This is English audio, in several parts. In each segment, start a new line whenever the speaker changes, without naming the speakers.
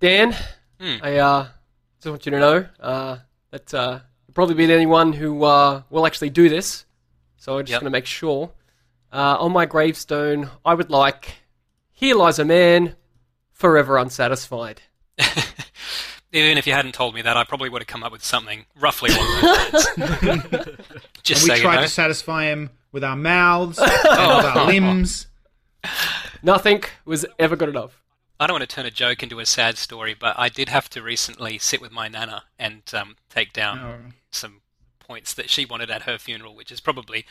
Dan,
Hmm.
I uh, just want you to know uh, that uh, you'll probably be the only one who uh, will actually do this. So I'm just
Yep.
going to make sure. Uh, on my gravestone, I would like, here lies a man forever unsatisfied.
Even if you hadn't told me that, I probably would have come up with something roughly along those lines. Just
we
so you
try
know.
to satisfy him with our mouths, and with our limbs.
Nothing was ever good enough.
I don't want to turn a joke into a sad story, but I did have to recently sit with my nana and um, take down
Oh.
some points that she wanted at her funeral, which is probably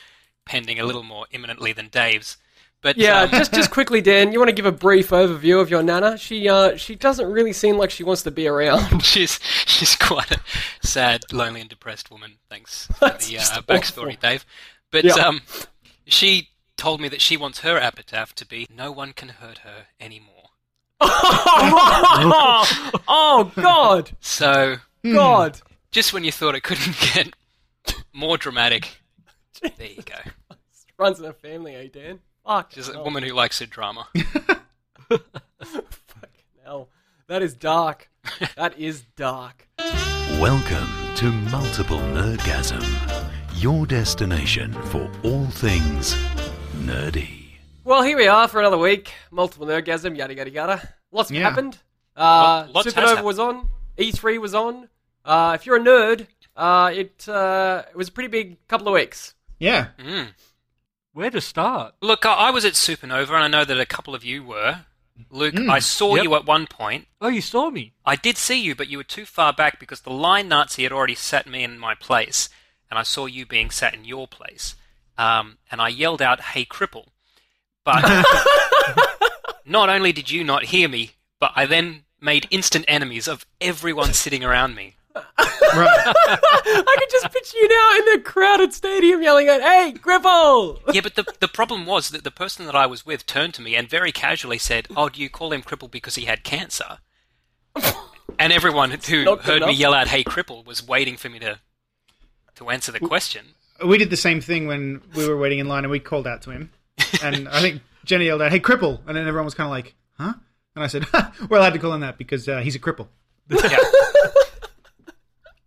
pending a little more imminently than Dave's. But
Yeah,
um,
just just quickly, Dan, you want to give a brief overview of your nana? She uh, she doesn't really seem like she wants to be around.
she's she's quite a sad, lonely, and depressed woman. Thanks for
That's
the
just
uh, backstory,
awful.
Dave. But
Yeah.
um, she told me that she wants her epitaph to be "No one can hurt her anymore."
oh God,
So
God!
just when you thought it couldn't get more dramatic, there you go.
Runs in the family, eh, Dan? Fuck.
She's a
hell.
woman who likes her drama.
Fucking hell. That is dark. that is dark.
Welcome to Multiple Nerdgasm, your destination for all things nerdy.
Well, here we are for another week. Multiple orgasm, yada yada yada. Lots
Yeah.
happened. Uh,
Lot- lots has
Supernova
happened.
was on. E3 was on. Uh, if you're a nerd, uh, it uh, it was a pretty big couple of weeks.
Yeah.
Mm.
Where to start?
Look, I, I was at Supernova, and I know that a couple of you were. Luke,
Mm.
I saw
Yep.
you at one point.
Oh, you saw me.
I did see you, but you were too far back because the line Nazi had already sat me in my place, and I saw you being sat in your place. Um, and I yelled out, "Hey, cripple!" But not only did you not hear me, but I then made instant enemies of everyone sitting around me.
Right.
I could just picture you now in the crowded stadium yelling out, "Hey, Gribble!"
Yeah, but the the problem was that the person that I was with turned to me and very casually said, "Oh, do you call him cripple because he had cancer?" And everyone who
Not good
heard me
enough.
yell out, "Hey, cripple!" was waiting for me to to answer the question.
we did the same thing when we were waiting in line and we called out to him. And I think Jenny yelled out, hey, cripple. And then everyone was kind of like, huh? And I said, ha, we're allowed to call him that because uh, he's a cripple.
yeah.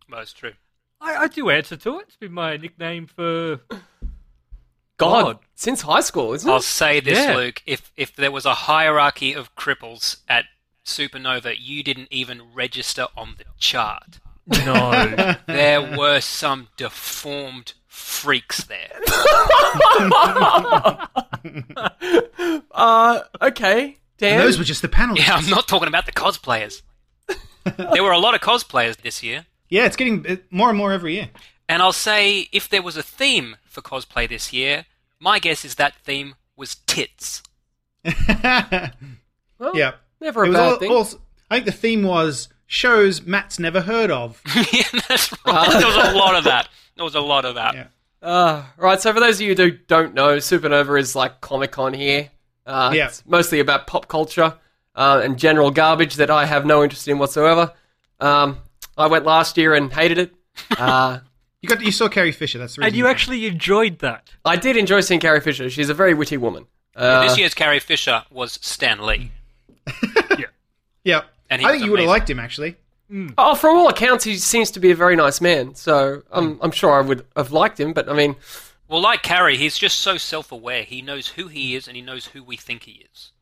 That's true.
I, I do answer to it. It's been my nickname for.
God,
God.
since high school, isn't
I'll
it?
say this,
Yeah.
Luke. If if there was a hierarchy of cripples at Supernova, you didn't even register on the chart.
No.
There were some deformed freaks there.
Uh, okay, Dan.
And those were just the panelists.
Yeah, I'm not talking about the cosplayers. there were a lot of cosplayers this year.
Yeah, it's getting uh, more and more every year.
And I'll say if there was a theme for cosplay this year, my guess is that theme was tits.
yeah.
Well, Never a
It was
bad
all-
thing.
also- I think the theme was shows Matt's never heard of.
yeah, that's right. There was a lot of that. There was a lot of that.
Yeah.
Uh, right, so for those of you who don't know, Supernova is like Comic Con here. Uh,
Yeah.
It's mostly about pop culture uh, and general garbage that I have no interest in whatsoever. Um, I went last year and hated it. Uh,
You got you saw Carrie Fisher. That's the reason.
and you actually enjoyed that.
I did enjoy seeing Carrie Fisher. She's a very witty woman. Uh,
this year's Carrie Fisher was Stan Lee.
Yeah.
And he
I
was
think you would have
amazing.
liked him actually.
Oh, from all accounts, he seems to be a very nice man. So
Hmm.
I'm, I'm sure I would have liked him, but I mean,
Well, like Carrie, he's just so self-aware. He knows who he is, and he knows who we think he is.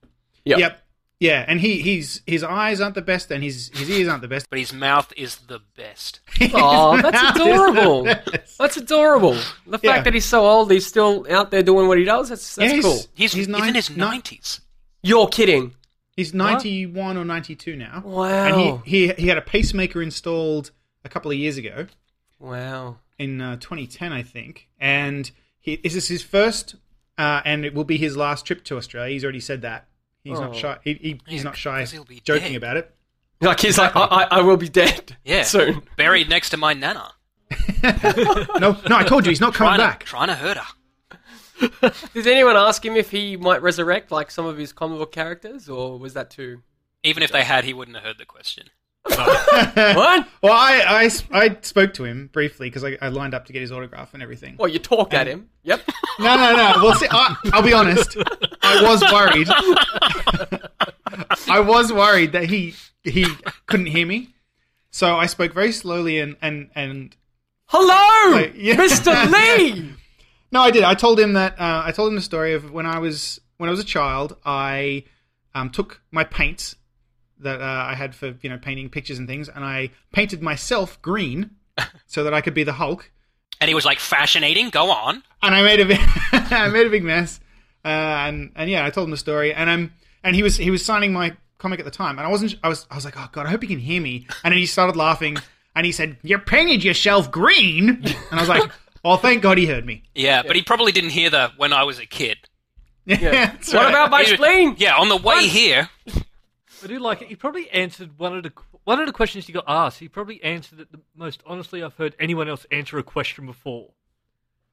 yeah.
Yep. Yeah, and he he's his eyes aren't the best, and his his ears aren't the best.
But his mouth is the best.
Oh, that's
That is
adorable.
the best.
That's adorable. The fact
Yeah.
that he's so old, he's still out there doing what he does. That's that's
Yeah, he's-
cool.
He's,
He's
he's
nine-
in his
nine-
nineties.
You're kidding.
He's ninety one or ninety two now.
Wow.
And he, he he had a pacemaker installed a couple of years ago
Wow.
in uh, twenty ten, I think. And he this is his first, uh, and it will be his last trip to Australia. He's already said that. He's
Oh.
not shy. He, he, he's
Yeah,
not shy.
'cause he'll be
Joking
dead.
about it.
Like he's like, I, I, I will be dead
Yeah.
soon.
Buried next to my nana.
No, no, I told you he's not coming
Trying to,
back.
trying to hurt her.
Did anyone ask him if he might resurrect like some of his comic book characters, or was that too?
Even if they had, he wouldn't have heard the question.
What?
Well, I, I, s- I spoke to him briefly because I, I lined up to get his autograph and everything.
Well, you talked at him. Yep.
No, no, no. Well, see, I, I'll be honest. I was worried. I was worried that he he couldn't hear me. So I spoke very slowly and and and
Hello,
Wait, yeah.
Mr. Lee.
no, I did. I told him that uh, I told him the story of when I was when I was a child. I um, took my paints that uh, I had for you know painting pictures and things, and I painted myself green so that I could be the Hulk.
And he was like, fascinating, go on.
and I made a big, I made a big mess. Uh, and and yeah, I told him the story, and I'm and he was he was signing my comic at the time, and I wasn't I was I was like, oh god, I hope he can hear me. And then he started laughing, and he said, "You painted yourself green," and I was like, "Well, thank God he heard me."
Yeah, but he probably didn't hear the when I was a kid.
Yeah.
What about my
He was-
spleen?
Yeah, on the way here.
I do like it. He probably answered one of the one of the questions he got asked. He probably answered it the most honestly I've heard anyone else answer a question before.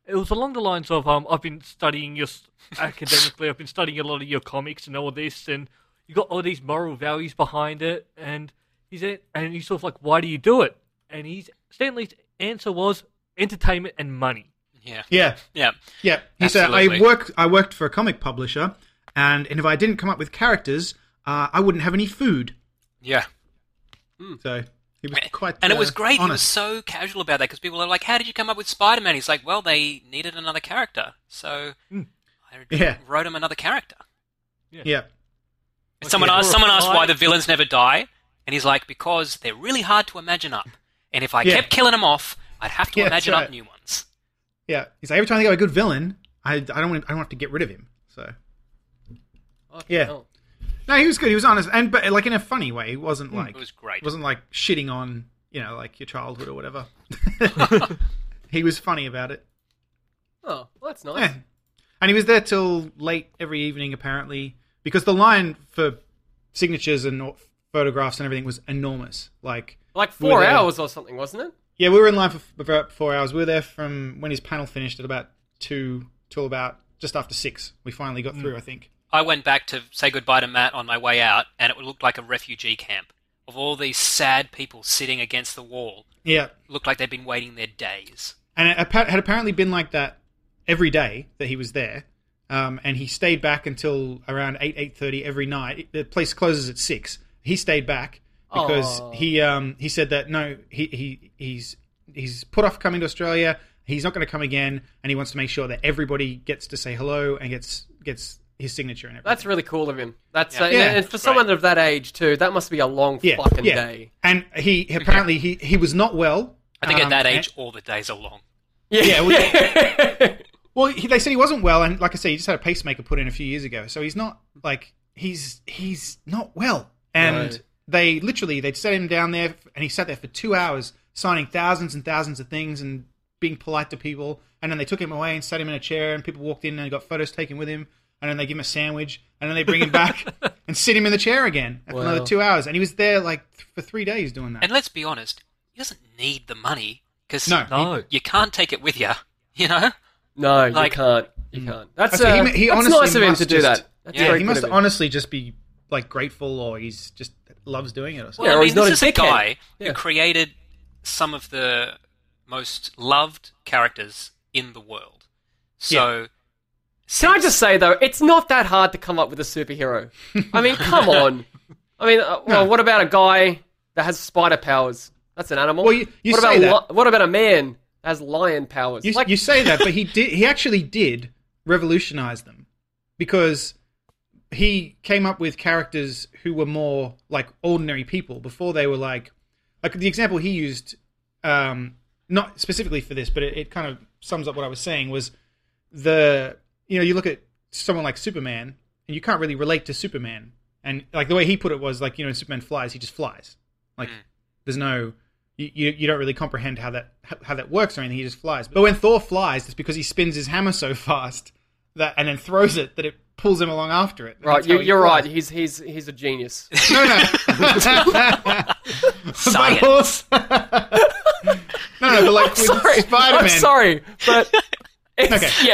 It was along the lines of, um, "I've been studying your s- academically. I've been studying a lot of your comics and all this, and you got all these moral values behind it." And he's a- and he's sort of like, "Why do you do it?" And he's Stanley's answer was entertainment and money.
Yeah.
Yeah,
Yeah.
yeah. He
Absolutely.
said, "I worked I worked for a comic publisher, and and if I didn't come up with characters, uh, I wouldn't have any food."
Yeah.
So he was quite
Hmm. and it
uh,
was great. He was
honest.
so casual about that because people are like, "How did you come up with Spider-Man?" He's like, "Well, they needed another character, so I
Hmm. Yeah.
wrote him another character."
yeah.
And someone
Okay.
asked, someone asked why
Alright.
the villains never die, and he's like, "Because they're really hard to imagine up, and if I
Yeah.
kept killing them off, I'd have to
Yeah, that's
imagine
right.
up new ones."
Yeah, he's like every time they got a good villain, I, I don't want I don't have to get rid of him. So Yeah.
Oh.
no, he was good. He was honest, and but like in a funny way. He wasn't like
Hmm, It was great.
It wasn't like shitting on you know like your childhood or whatever. he was funny about it,
Oh, well, that's nice.
yeah. and he was there till late every evening apparently because the line for signatures and au- photographs and everything was enormous. Like
Like
we
four
were there-
hours or something, wasn't it?
Yeah, we were in line for f- about four hours. We were there from when his panel finished at about two till about just after six. We finally
Hmm.
got through, I think.
I went back to say goodbye to Matt on my way out, and it looked like a refugee camp of all these sad people sitting against the wall.
Yeah.
Looked like they'd been waiting their days.
and it appa- had apparently been like that every day that he was there. Um, and he stayed back until around eight eight thirty every night. It- The place closes at six. He stayed back because
Aw.
he um, he said that no, he, he he's he's put off coming to Australia. He's not going to come again, and he wants to make sure that everybody gets to say hello and gets gets his signature and everything.
That's really cool of him. That's
Yeah.
uh,
Yeah.
and, and for someone of that age too, that must be a long fucking day.
And he apparently he he was not well.
I think
um,
at that
and-
age, all the days are long.
Yeah,
Well, he, they said he wasn't well, and like I said, he just had a pacemaker put in a few years ago, so he's not like he's he's not well. And
Right.
they literally they'd set him down there, and he sat there for two hours signing thousands and thousands of things and being polite to people. And then they took him away and sat him in a chair, and people walked in and got photos taken with him. And then they give him a sandwich, and then they bring him back and sit him in the chair again for another
Wow.
two hours. And he was there like th- for three days doing that.
And let's be honest, he doesn't need the money because
No.
No.
you can't take it with you. You know,
no,
Like-
you can't. You can't. That's,
Okay, he
uh,
ma- he
that's
honestly
nice of him
must
to do
just-
that. That's
Yeah,
very
he
good
must
of him.
honestly just be like grateful, or he's just loves doing it or something.
well,
or
I mean,
he's not
this
a
is a
dickhead.
guy
Yeah.
who created some of the most loved characters in the world. So
Can I just say though, it's not that hard to come up with a superhero. I mean, come on. I mean, uh, well, what about a guy that has spider powers? That's an animal.
Well, you- you
what
say
about li- what about a man that has lion powers?
You,
like,
you say that, but he did. He actually did revolutionize them because he came up with characters who were more like ordinary people before they were like, like the example he used, um, not specifically for this, but it, it kind of sums up what I was saying was the you know you look at someone like Superman and you can't really relate to Superman and like the way he put it was like you know when Superman flies he just flies like
Hmm.
there's no you, you you don't really comprehend how that how, how that works or anything he just flies but when Thor flies it's because he spins his hammer so fast that and then throws it that it pulls him along after it
right,
That's how
you,
he
you're
flies.
right. He's he's he's a genius.
no no
science.
But also- no no but like with
sorry,
Spider-Man
I'm sorry, but it's,
Okay.
yeah,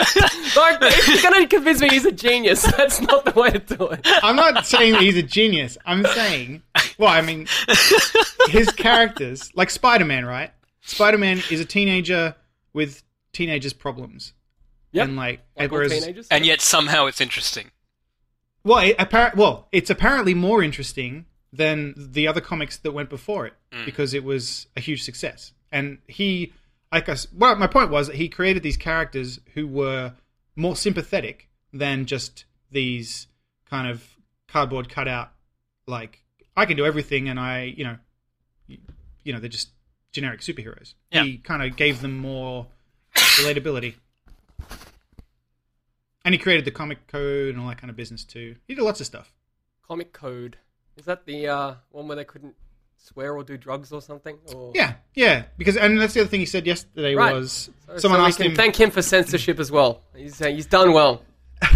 like if you're gonna convince me he's a genius, that's not the way to do it.
I'm not saying that he's a genius. I'm saying, well, I mean, his characters, like Spider Man, right? Spider Man is a teenager with teenagers' problems.
Yep.
And like,
Like all
whereas-
teenagers.
and yet somehow it's interesting.
well, it, appar- well, it's apparently more interesting than the other comics that went before it because it was a huge success. And he, like I, s- well, my point was that he created these characters who were more sympathetic than just these kind of cardboard cutout, like I can do everything, and I, you know, you, you know, they're just generic superheroes.
Yeah.
He kind of gave them more relatability. And he created the comic code and all that kind of business too. He did lots of stuff.
Comic Code. Is that the uh, one where they couldn't swear or do drugs or something? Or...
Yeah, yeah. Because and that's the other thing he said yesterday
Right.
was
So-
someone
so we
asked
can
him.
Thank him for censorship as well. He's, uh, he's done well.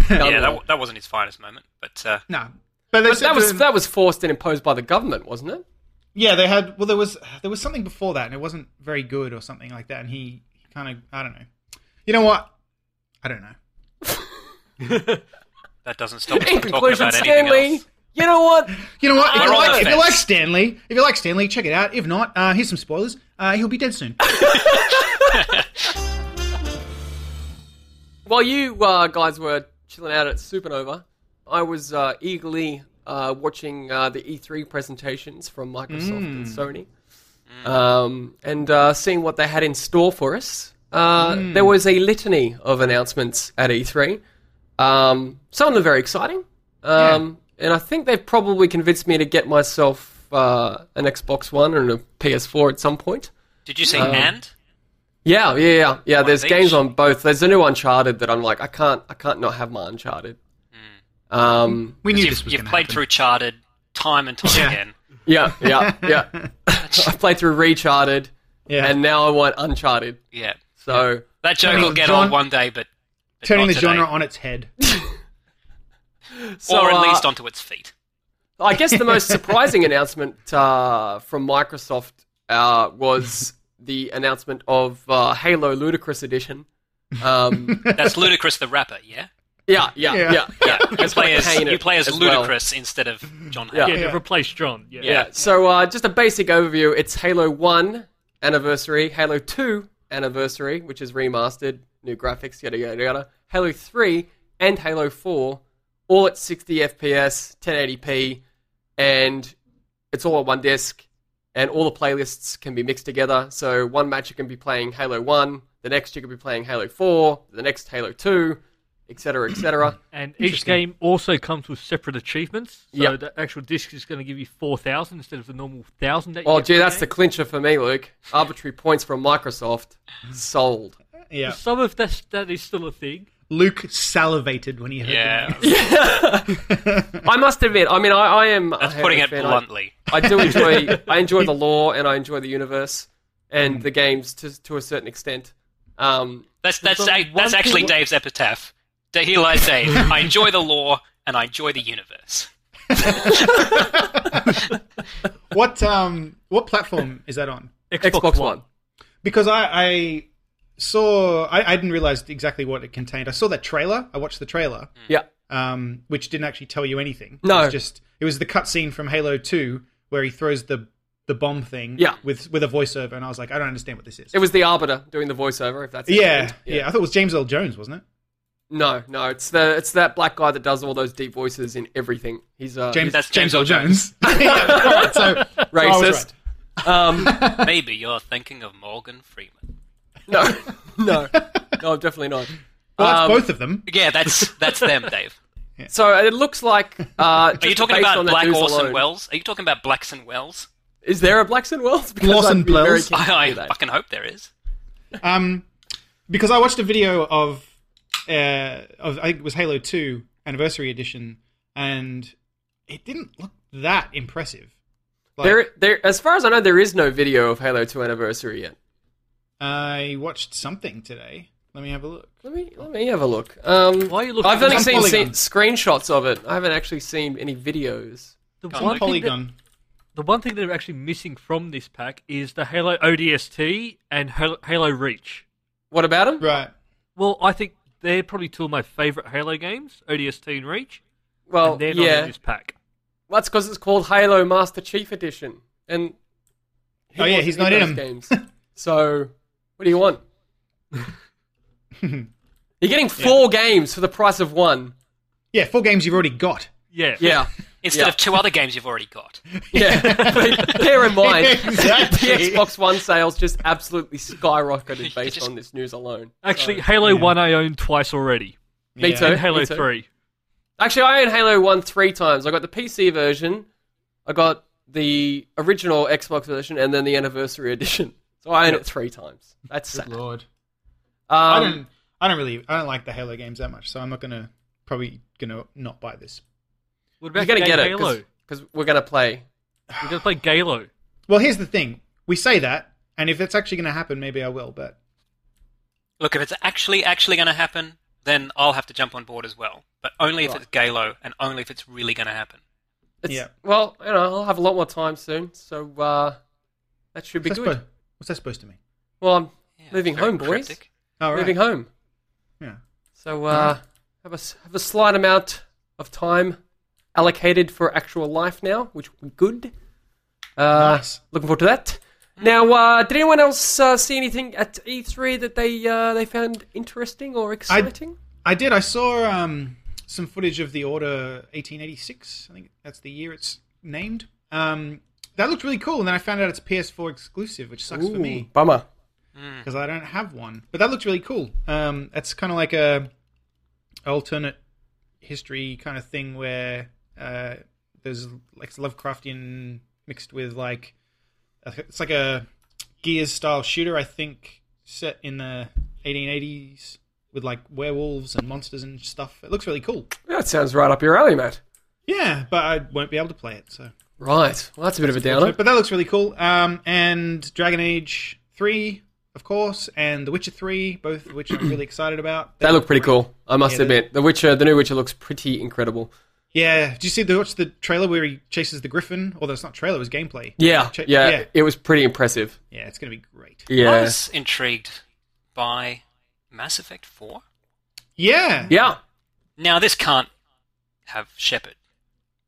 Done
yeah, that,
well.
wa- that wasn't his finest moment, but uh,
no, but, they
But
said
that
to
was
him-
that was forced and imposed by the government, wasn't it?
yeah. They had well, there was there was something before that, and it wasn't very good or something like that. And he, he kind of I don't know. You know what? I don't know.
that doesn't stop us
In
from talking
conclusion,
about anything
Stanley,
else.
you know what?
You know what? If you,
We're on
like,
the
if you
fence.
like Stanley, if you like Stanley, check it out. If not, uh, here's some spoilers. Uh, he'll be dead soon.
While you uh, guys were chilling out at Supernova, I was uh, eagerly uh, watching uh, the E3 presentations from Microsoft and Sony, um, and uh, seeing what they had in store for us. Uh, There was a litany of announcements at E3. Um, some of them very exciting, um, and I think they've probably convinced me to get myself uh, an Xbox One and a PS4 at some point.
Did you say
Um,
and?
Yeah, yeah, yeah, yeah. there's
each?
games on both. There's a new Uncharted that I'm like, I can't, I can't not have my Uncharted.
Mm.
Um,
We knew this
You've,
was
you've
gonna
played
happen.
through Charted time and time
Yeah.
again.
yeah, yeah, yeah. I played through Recharted,
Yeah.
and now I want Uncharted.
Yeah,
So
that joke
Turning
will get
the
on
gen-
one day, but, but
turning
not
the
today.
genre on its head.
So,
or at
uh,
least onto its feet.
I guess the most surprising announcement uh, from Microsoft uh, was the announcement of uh, Halo Ludicrous Edition. Um,
That's Ludacris the rapper, yeah?
yeah, yeah,
Yeah.
yeah, yeah.
Yeah. You
It's like
play as,
Kane
you play as,
well.
Ludacris instead of John
Yeah.
Yeah,
Hammond.
to replace John. Yeah.
Yeah. So uh, just a basic overview. It's Halo One anniversary, Halo Two anniversary, which is remastered, new graphics, yada yada yada. Halo Three and Halo Four, all at 60 FPS, 1080p, and it's all on one disc. And all the playlists can be mixed together. So one match you can be playing Halo One, the next you can be playing Halo Four, the next Halo Two, etc. etc.
And each game also comes with separate achievements. So
Yeah.
the actual disc is going to give you 4,000 instead of the normal 1,000 that you
Oh,
get per
gee, that's the
game.
clincher for me, Luke. Arbitrary points from Microsoft. Sold.
Yeah,
Some of that, that is still a thing.
Luke salivated when he heard.
Yeah.
that.
I must admit, I mean, I, I am.
That's
I am
putting
a
it
fan.
bluntly.
I, I do enjoy. I enjoy the lore, and I enjoy the universe and the games to to a certain extent. Um,
That's that's
Well,
a,
one
that's
thing-
actually Dave's epitaph. Da- He lies Dave. I enjoy the law and I enjoy the universe.
What um what platform is that on?
Xbox, One.
because I, I saw I, I didn't realize exactly what it contained. I saw that trailer. I watched the trailer,
Yeah.
um, which didn't actually tell you anything.
Hmm. No.
it was just it was the cutscene from Halo Two where he throws the the bomb thing.
Yeah.
with with a voiceover, and I was like, I don't understand what this is.
It was the Arbiter doing the voiceover. If that's
yeah, yeah, I thought it was James L. Jones, wasn't it?
No, no, it's the it's that black guy that does all those deep voices in everything. He's uh,
James
That's James
James,
L.
L. Jones. Yeah, all right, so I was
racist. Um,
Maybe you're thinking of Morgan Freeman.
no, no, no, definitely not.
Well, that's
Um,
both of them.
Yeah, that's that's them, Dave.
So it looks like. Uh,
Are you
just
talking
based
about
on that
Black
news
Orson
alone-
Welles? Are you talking about Blackson Wells?
Is there a Blackson Wells? Because
Lawson
I'd be very
Blowes?
keen to
I,
hear
I
that.
fucking hope there is.
Um, because I watched a video of uh, of I think it was Halo Two Anniversary Edition, and it didn't look that impressive. Like,
There, there. As far as I know, there is no video of Halo 2 Anniversary yet.
I watched something today. Let me have a look.
Let me let me have a look. Um,
Why are you looking
I've
at
only
one
seen, seen
polygon?
screenshots of it. I haven't actually seen any videos.
The
Can't
one,
look.
thing that,
Polygon.
the one thing that are actually missing from this pack is the Halo ODST and Halo, Halo Reach.
What about them?
Right.
Well, I think they're probably two of my favourite Halo games, ODST and Reach.
Well,
and they're not in
Oh, yeah.
this pack.
Well, that's because it's called Halo Master Chief Edition, and he
Oh, yeah,
wasn't
he's not in
those
'em.
Games. so, what do you want? You're getting four games for the price of one.
Yeah, four games you've already got.
Yeah.
Yeah.
instead
Yeah.
of two other games you've already got.
Yeah, but bear in mind,
Exactly.
the Xbox One sales just absolutely skyrocketed based
just-
on this news alone.
Actually, Halo
Yeah.
1 I own twice already.
Me
Yeah.
too.
And Halo
me too.
3.
Actually, I own Halo 1 three times. I got the PC version, I got the original Xbox version, and then the anniversary edition. So I own it three times. That's sad.
Good lord. I
Um,
don't. I don't really. I don't like the Halo games that much, so I'm not gonna probably gonna not buy this.
What about
you're going to
Gay
get it
Halo?
because we're going to play.
You're going to play Galo.
Well, here's the thing. We say that, and if it's actually gonna happen, maybe I will. But
Look, if it's actually actually going to happen, then I'll have to jump on board as well. But only if
Right.
it's Galo, and only if it's really going to happen.
It's,
Yeah.
Well, you know, I'll have a lot more time soon, so uh, that should be
what's,
good.
that suppo- what's that supposed to mean?
Well, I'm
Yeah,
moving
very
home, boys.
cryptic.
Oh, right.
Moving home.
Yeah.
So uh, have a s- have a slight amount of time allocated for actual life now, which would be good. Uh,
Nice.
Looking forward to that. Now, uh, did anyone else uh, see anything at E3 that they uh, they found interesting or exciting?
I did. I saw um, some footage of the Order 1886. I think that's the year it's named. Um, that looked really cool, and then I found out it's PS4 exclusive, which sucks for me.
bummer.
because I don't have one. But that looked really cool. Um, that's kind of like a alternate history kind of thing where uh, there's like Lovecraftian mixed with like uh, it's like a Gears style shooter, I think, set in the 1880s with like werewolves and monsters and stuff. It looks really cool.
That sounds right up your alley, Matt.
Yeah, but I won't be able to play it. So
Right. Well, that's a bit of a downer.
but that looks really cool. Um, and Dragon Age three, of course, and The Witcher three, both of which I'm really excited about.
They look pretty cool. I must
Yeah, they-
admit, the Witcher, the new Witcher, looks pretty incredible.
Yeah, do you see the watch the trailer where he chases the griffin? Although it's not trailer, it was gameplay.
Yeah,
Check-
yeah,
yeah.
it was pretty impressive.
Yeah, it's gonna be great.
I
Yeah,
was intrigued by Mass Effect Four.
Yeah,
yeah.
Now this can't have Shepard.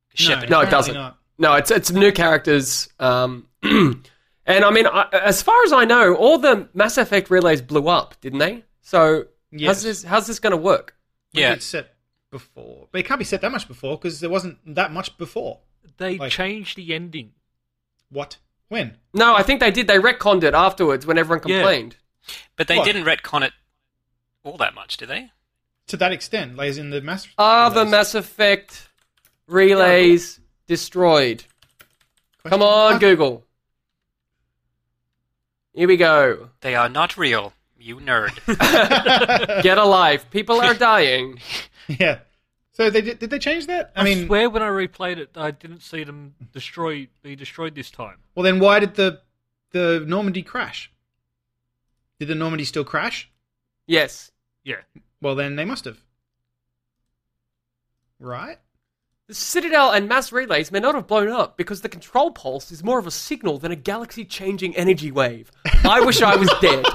'Cause Shepard
No, it
apparently
doesn't.
not.
No, it's it's new characters. Um, and I mean, I, as far as I know, all the Mass Effect relays blew up, didn't they? So
Yes.
how's this how's this going to work?
Maybe
Yeah.
it's set before, but it can't be set that much before because there wasn't that much before.
They
Like-
changed the ending.
What? When?
No, I think they did. They retconned it afterwards when everyone
Yeah.
complained.
But they
What?
didn't retcon it all that much, did they?
To that extent, like as in the mass.
Are the Mass Effect relays destroyed? Come on, Google. Here we go.
They are not real, you nerd.
Get a life. People are dying.
Yeah. So they did. Did they change that? I,
I,
mean,
swear when I replayed it, I didn't see them destroy be destroyed this time.
Well, then why did the the Normandy crash? Did the Normandy still crash?
Yes.
Yeah,
Well, then they must have. Right?
The Citadel and mass relays may not have blown up because the control pulse is more of a signal than a galaxy changing energy wave. I wish I was dead.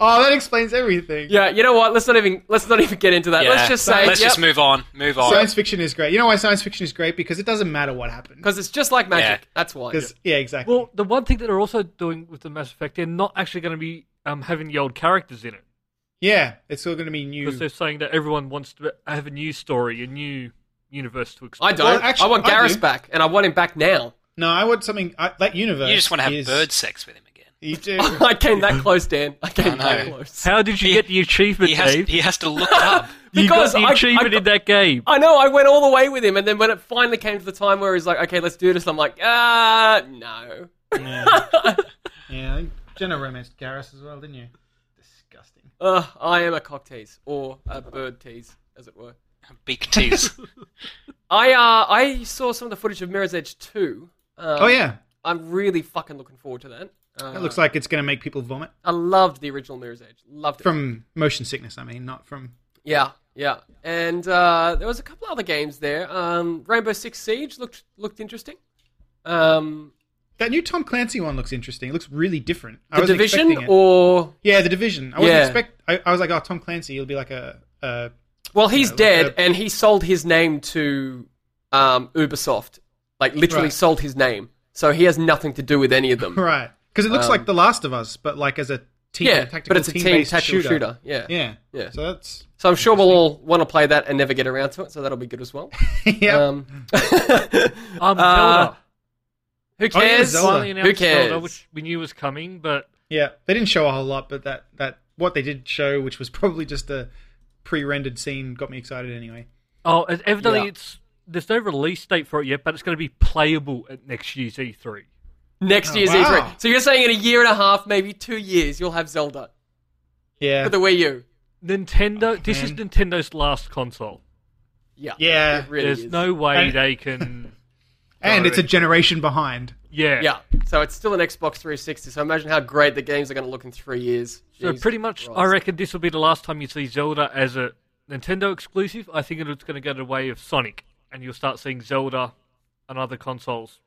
Oh, that explains everything.
Yeah, you know what? Let's not even let's not even get into that.
Yeah.
Let's just say
let's just move on. Move on.
Science fiction is great. You know why science fiction is great? Because it doesn't matter what happened.
because it's just like magic.
Yeah.
That's why.
'Cause- yeah, exactly.
Well, the one thing that they're also doing with the Mass Effect, they're not actually going to be um, having the old characters in it
yeah, it's all going to be new.
because they're saying that everyone wants to have a new story, a new universe to explore.
I don't.
Well, actually,
I want
I
Garrus
do.
back, and I want him back now.
No, I want something I, that universe.
You just want to have
is,
bird sex with him again.
You do.
I came that close, Dan. I came that
know.
close.
How did you
He-
get the achievement,
He has,
Dave?
he has to look it up.
you got
Because
the
I- I
achievement
got- Uh,
in that game.
I know. I went all the way with him, and then when it finally came to the time where he's like, "Okay, let's do this," I'm like, "Ah, no."
yeah. yeah, I- Jenna romanced Garrus as well, didn't you? Disgusting.
Uh, I am a cock tease or a bird tease, as it were.
Beak tease.
I uh, I saw some of the footage of Mirror's Edge 2. Um,
Oh yeah,
I'm really fucking looking forward to that. Uh,
that looks like it's going to make people vomit
I loved the original Mirror's Edge. Loved it.
from motion sickness. I mean, not from
yeah, yeah. And uh, there was a couple other games there. Um, Rainbow Six Siege looked looked interesting. Um,
That new Tom Clancy one looks interesting. It looks really different. I
the
wasn't
Division
expecting it.
or
yeah, the division. I wasn't
Yeah.
expect. I, I was like, oh, Tom Clancy. He'll be like a. Uh,
well, he's
Yeah, uh, like
dead,
a-
and he sold his name to um, Ubisoft. Like literally
Right.
sold his name, so he has nothing to do with any of them.
right, because it looks
Um,
like The Last of Us, but like as a team,
yeah,
tactical
but it's a team
based
tactical shooter. Yeah.
Yeah.
Yeah.
So that's
So I'm sure we'll all want to play that and never get around to it. So that'll be good as well.
yeah.
Um,
Um,
Uh,
Zelda.
who
Oh, yeah,
cares?
Zelda.
Finally announced Zelda,
cares?
which we knew was coming, but
yeah. They didn't show a whole lot, but that that what they did show, which was probably just a pre-rendered scene, got me excited anyway.
oh, and evidently
Yeah.
it's there's no release date for it yet, but it's going to be playable at next year's E E3.
Next year's
Oh, wow.
E3. So you're saying in a year and a half, maybe two years, you'll have Zelda
Yeah.
for the Wii U.
Nintendo, this is
man.
Nintendo's last console.
Yeah.
Yeah.
It really
There's
is.
no way
And-
they can.
and it's a generation behind.
Yeah.
Yeah. So it's still an Xbox 360. So imagine how great the games are going to look in three years.
So
Jesus
pretty much, I
Christ.
reckon this will be the last time you see Zelda as a Nintendo exclusive. I think it's going to go the way of Sonic, and you'll start seeing Zelda on other consoles.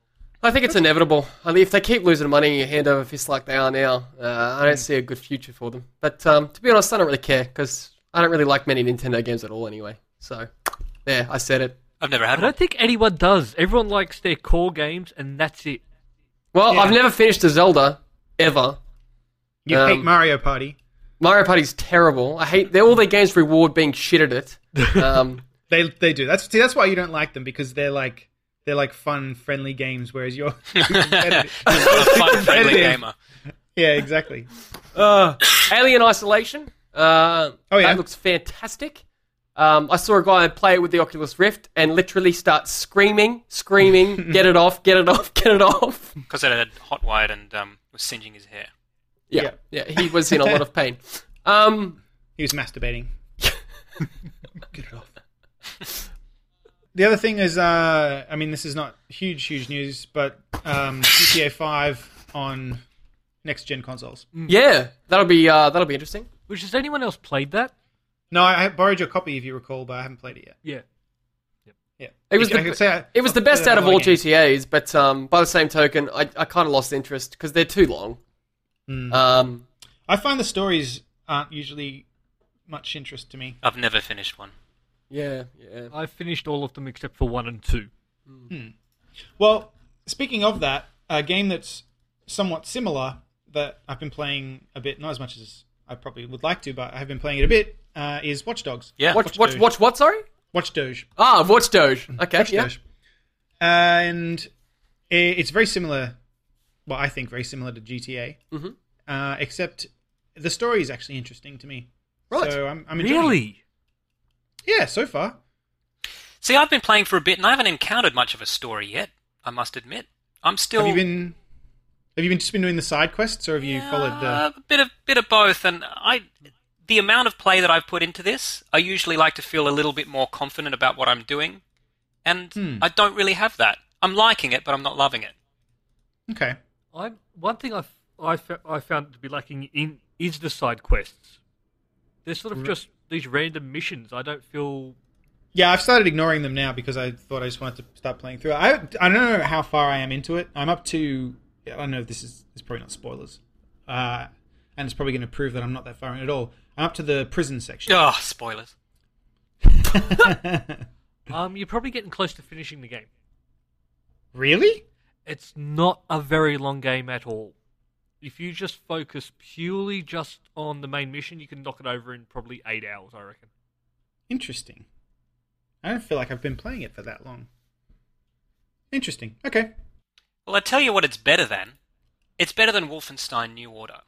I think it's inevitable. I mean, if they keep losing money hand over fist like they are now, uh,
Mm.
I don't see a good future for them. But um, to be honest, I don't really care because I don't really like many Nintendo games at all anyway. So there, I said it.
I've never
I
had one.
don't think anyone does. Everyone likes their core games, and that's it.
Well,
Yeah.
I've never finished a Zelda ever.
You
Um,
hate Mario Party.
Mario Party's terrible. I hate they're all their games reward being shit at it. Um,
They they do. That's see, that's why you don't like them because they're like they're like fun, friendly games, whereas you're competitive.
Just a fun, friendly
Competitive.
gamer.
yeah, exactly.
Alien Isolation. Uh,
Uh. Oh, yeah.
That looks fantastic. Um, I saw a guy play with the Oculus Rift and literally start screaming, screaming, get it off, get it off, get it off.
Because it had hot wired and um, was singeing his hair.
Yeah. Yeah, he was in a lot of pain. Um,
He was masturbating. Get it off. The other thing is, uh, I mean, this is not huge, huge news, but um, GTA 5 on next gen consoles.
yeah, that'll be uh, that'll be interesting.
Which has anyone else played that?
No, I I borrowed your copy if you recall, but I haven't played it yet.
Yeah.
Yeah,
It was
I
the-
could say I-
It was the
I've
best
played
out of
a lot
all
games.
GTA's, but um, by the same token, I, I kind of lost interest because they're too long.
Mm.
Um,
I find the stories aren't usually much interest to me.
I've never finished one.
yeah, yeah.
I finished all of them except for one and two.
Well, speaking of that, a game that's somewhat similar that I've been playing a bit, not as much as I probably would like to, but I have been playing it a bit, uh, is Watch Dogs.
Yeah.
Watch,
Watch
watch,
Doge.
watch what? Sorry.
Watch Doge.
Ah, Watch Doge. Okay. yeah.
Mm. Doge. And i- it's very similar, well, I think very similar to GTA,
Mhm.
uh, except the story is actually interesting to me.
Right.
So I'm, I'm enjoying it.
Really?
Yeah, so far.
See, I've been playing for a bit and I haven't encountered much of a story yet, I must admit. I'm still.
Have you been... Have you been just been doing the side quests, or have you followed the?
Uh, a bit of bit of both, and I the amount of play that I've put into this, I usually like to feel a little bit more confident about what I'm doing, and
Hmm.
I don't really have that. I'm liking it, but I'm not loving it.
Okay.
I one thing I I, fo- I found to be lacking in is the side quests. They're sort of just these random missions. I don't feel
Yeah, I've started ignoring them now because I thought I just wanted to start playing through. I I don't know how far I am into it. I'm up to I don't know if this is it's probably not spoilers, uh, and it's probably going to prove that I'm not that far in at all. I'm up to the prison section.
Oh, spoilers!
um you're probably getting close to finishing the game.
Really?
It's not a very long game at all. If you just focus purely just on the main mission, you can knock it over in probably 8 hours, I reckon.
Interesting. I don't feel like I've been playing it for that long. Interesting. Okay.
Well, I tell you what, it's better than. It's better than Wolfenstein New Order,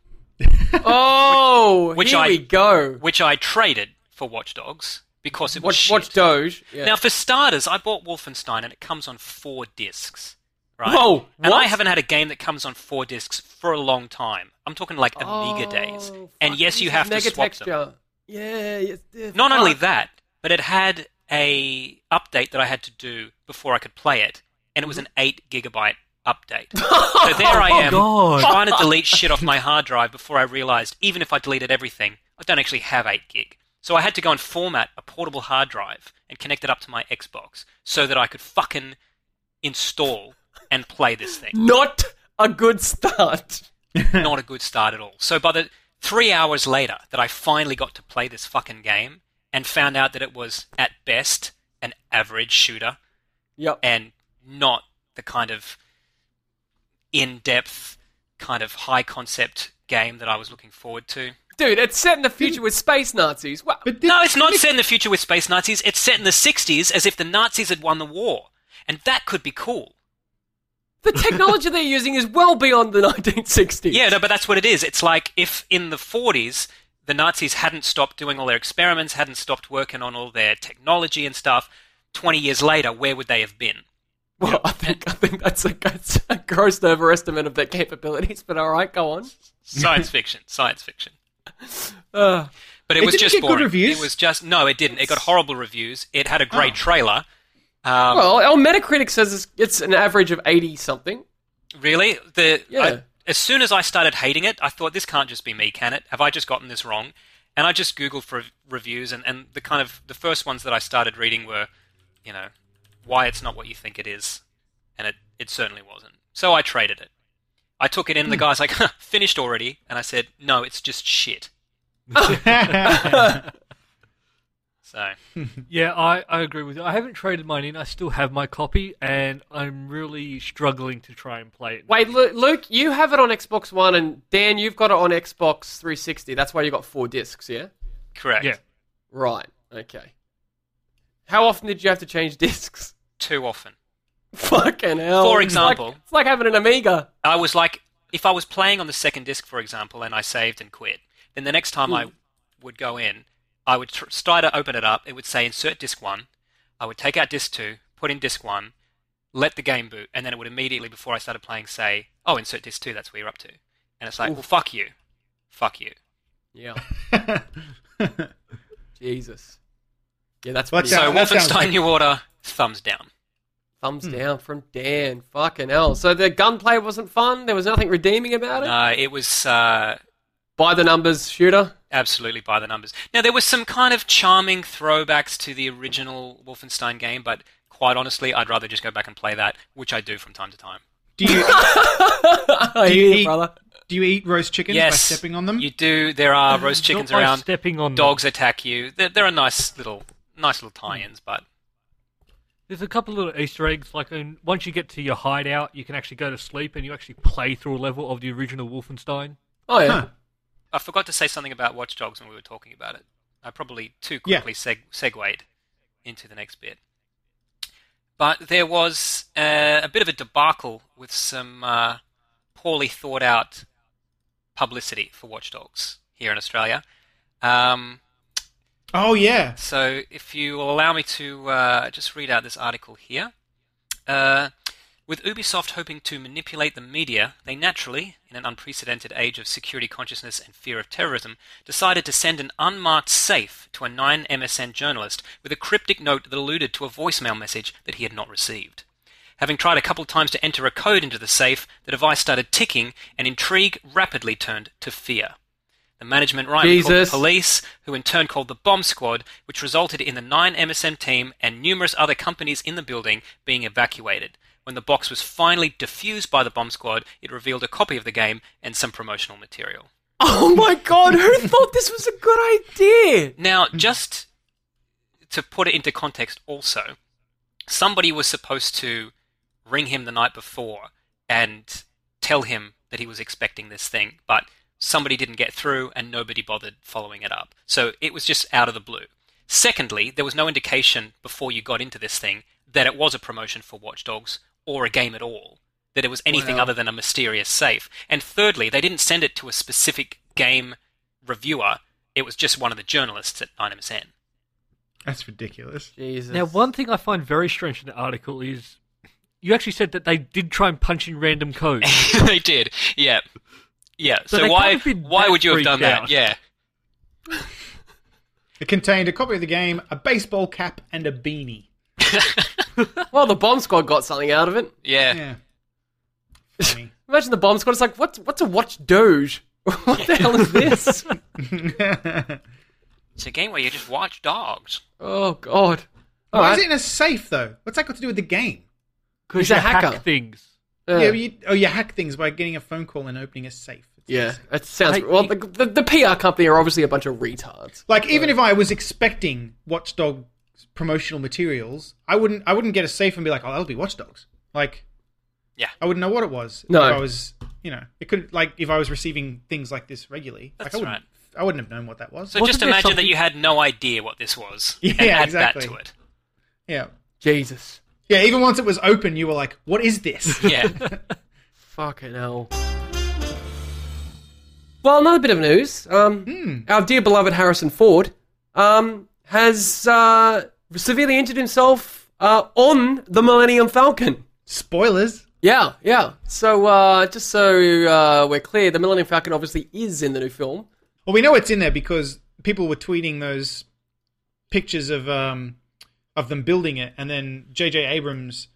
Oh,
Which
here
I-
we go.
which I traded for Watch Dogs because it was
Oh. Watch,
shit.
watch Doge. Yeah.
Now, for starters, I bought Wolfenstein and it comes on four discs. Right?
Whoa,
And I
what?
haven't had a game that comes on four discs for a long time. I'm talking like Amiga days.
Oh,
And
fuck,
yes, you
uses
have to
mega
swap
texture.
them.
Yeah. yes, yeah, Ah,
Not only
fuck.
that, but it had a update that I had to do before I could play it, and it was an eight gigabyte update. so there I am
God.
trying to delete shit off my hard drive before I realized even if I deleted everything, I don't actually have eight gig. So I had to go and format a portable hard drive and connect it up to my Xbox so that I could fucking install and play this thing
Not a good start.
not a good start at all. So by the three hours later that I finally got to play this fucking game and found out that it was at best an average shooter
Yep.
and not the kind of in-depth kind of high concept game that I was looking forward to.
Dude, it's set in the future with space Nazis. Wow.
But did,
No, it's not set in the future with space Nazis. It's set in the 60s as if the Nazis had won the war. And that could be cool.
The technology they're using is well beyond the 1960s.
Yeah, no, but that's what it is. It's like if in the 40s the Nazis hadn't stopped doing all their experiments, hadn't stopped working on all their technology and stuff, 20 years later, where would they have been?
Well, I think, I think that's, a, that's a gross overestimate of their capabilities, but all right, go on.
Science fiction, science fiction.
Uh,
But it,
It
was
didn't
just
get good
boring.
reviews?
It was just no, it didn't. It got horrible reviews. It had a great
Oh.
trailer. Um,
well, our Metacritic says it's, it's an average of 80 something.
Really? The
Yeah.
I- as soon as I started hating it, I thought this can't just be me, can it? Have I just gotten this wrong? And I just googled for reviews, and, and the kind of the first ones that I started reading were, you know, why it's not what you think it is, and it it certainly wasn't. So I traded it. I took it in. The guy's like, "Huh, finished already, and I said, no, it's just shit. So
Yeah, I, I agree with you. I haven't traded mine in. I still have my copy, and I'm really struggling to try and play it.
Wait, Lu- Luke, you have it on Xbox One, and Dan, you've got it on Xbox 360. That's why you got four discs, yeah?
correct.
Yeah.
Right, okay. How often did you have to change discs?
Too often.
Fucking hell.
For
It's like-
example.
it's like having an Amiga.
I was like, if I was playing on the second disc, for example, and I saved and quit, then the next time
Hmm.
I would go in, I would tr- try to open it up. It would say insert disc one. I would take out disc two, put in disc one, let the game boot, and then it would immediately, before I started playing, say, oh, insert disc two, that's where you're up to. And it's like, well, fuck you. Fuck you.
Yeah. Jesus. Yeah, that's
Well,
pretty
Yeah,
so
that sounds
Wolfenstein
like-
New Order, thumbs down.
thumbs down from Dan. Fucking hell. So the gunplay wasn't fun. There was nothing redeeming about it.
No, it was. Uh,
By the numbers shooter.
absolutely by the numbers. Now there was some kind of charming throwbacks to the original Wolfenstein game, but quite honestly, I'd rather just go back and play that, which I do from time to time.
do you
I
do
hear
you
you,
eat
brother.
do you eat roast chickens by
yes,
stepping on them?
You do. There are roast chickens
Uh, Not by
around.
stepping on them.
Dogs attack you. There, there are nice little, nice little tie-ins, but
There's a couple little Easter eggs. Like, in, once you get to your hideout, you can actually go to sleep and you actually play through a level of the original Wolfenstein.
Oh, yeah.
Huh.
I forgot to say something about Watch Dogs when we were talking about it. I probably too
Yeah.
quickly seg- segued into the next bit. But there was uh, a bit of a debacle with some uh, poorly thought out publicity for Watch Dogs here in Australia. Um,
Oh yeah.
so, if you will allow me to uh, just read out this article here. Uh, with Ubisoft hoping to manipulate the media, they naturally, in an unprecedented age of security consciousness and fear of terrorism, decided to send an unmarked safe to a 9MSN journalist with a cryptic note that alluded to a voicemail message that he had not received. Having tried a couple times to enter a code into the safe, the device started ticking, and intrigue rapidly turned to fear. The management rightly called the
Jesus.
police, who in turn called the bomb squad, which resulted in the nine MSM team and numerous other companies in the building being evacuated. When the box was finally defused by the bomb squad, it revealed a copy of the game and some promotional material.
Oh, my God. Who thought this was a good idea?
Now, just to put it into context, also, somebody was supposed to ring him the night before and tell him that he was expecting this thing, but somebody didn't get through and nobody bothered following it up. So it was just out of the blue. Secondly, there was no indication before you got into this thing that it was a promotion for Watch Dogs or a game at all, that it was anything
Wow.
other than a mysterious safe. And thirdly, they didn't send it to a specific game reviewer. It was just one of the journalists at 9MSN.
That's ridiculous.
Jesus.
Now, one thing I find very strange in the article is you actually said that they did try and punch in random codes.
they did, yeah, yeah.
So
So,
they
why
can't have been
why
that
would you have done
freaked
that?
out.
Yeah,
It contained a copy of the game, a baseball cap, and a beanie.
Well, the bomb squad got something out of it.
yeah.
Yeah. Funny.
Imagine the bomb squad. It's like, what's, what's a watch doge? what the hell is this?
It's a game where you just watch dogs.
oh, God. All
Why
right.
is it in a safe though? What's that got to do with the game?
Because
He's
you
a hacker.
hack things.
Uh.
Yeah.
Yeah, but you, oh, you hack things by getting a phone call and opening a safe. It's
Yeah,
insane.
that sounds.
Hey,
well,
you-
the, the, the PR company are obviously a bunch of retards.
Like even if I was expecting Watchdog promotional materials, I wouldn't. I wouldn't get a safe and be like, "Oh, that'll be Watchdogs." Like,
Yeah.
I wouldn't know what it was.
No.
if I was you know, it could like if I was receiving things like this regularly,
That's
like I wouldn't,
right.
I wouldn't have known what that was.
So
Wasn't
just
there
imagine that
something-
you had no idea what this was. and
Yeah,
add
exactly.
that to it.
yeah,
Jesus.
yeah. Even once it was open, you were like, "What is this?"
Yeah.
Fucking hell. Well, another bit of news. Um,
Hmm.
Our dear beloved Harrison Ford um, has uh, severely injured himself uh, on the Millennium Falcon.
Spoilers.
Yeah, yeah. So, uh, just so uh, we're clear, the Millennium Falcon obviously is in the new film.
Well, we know it's in there because people were tweeting those pictures of um of them building it, and then J.J. Abrams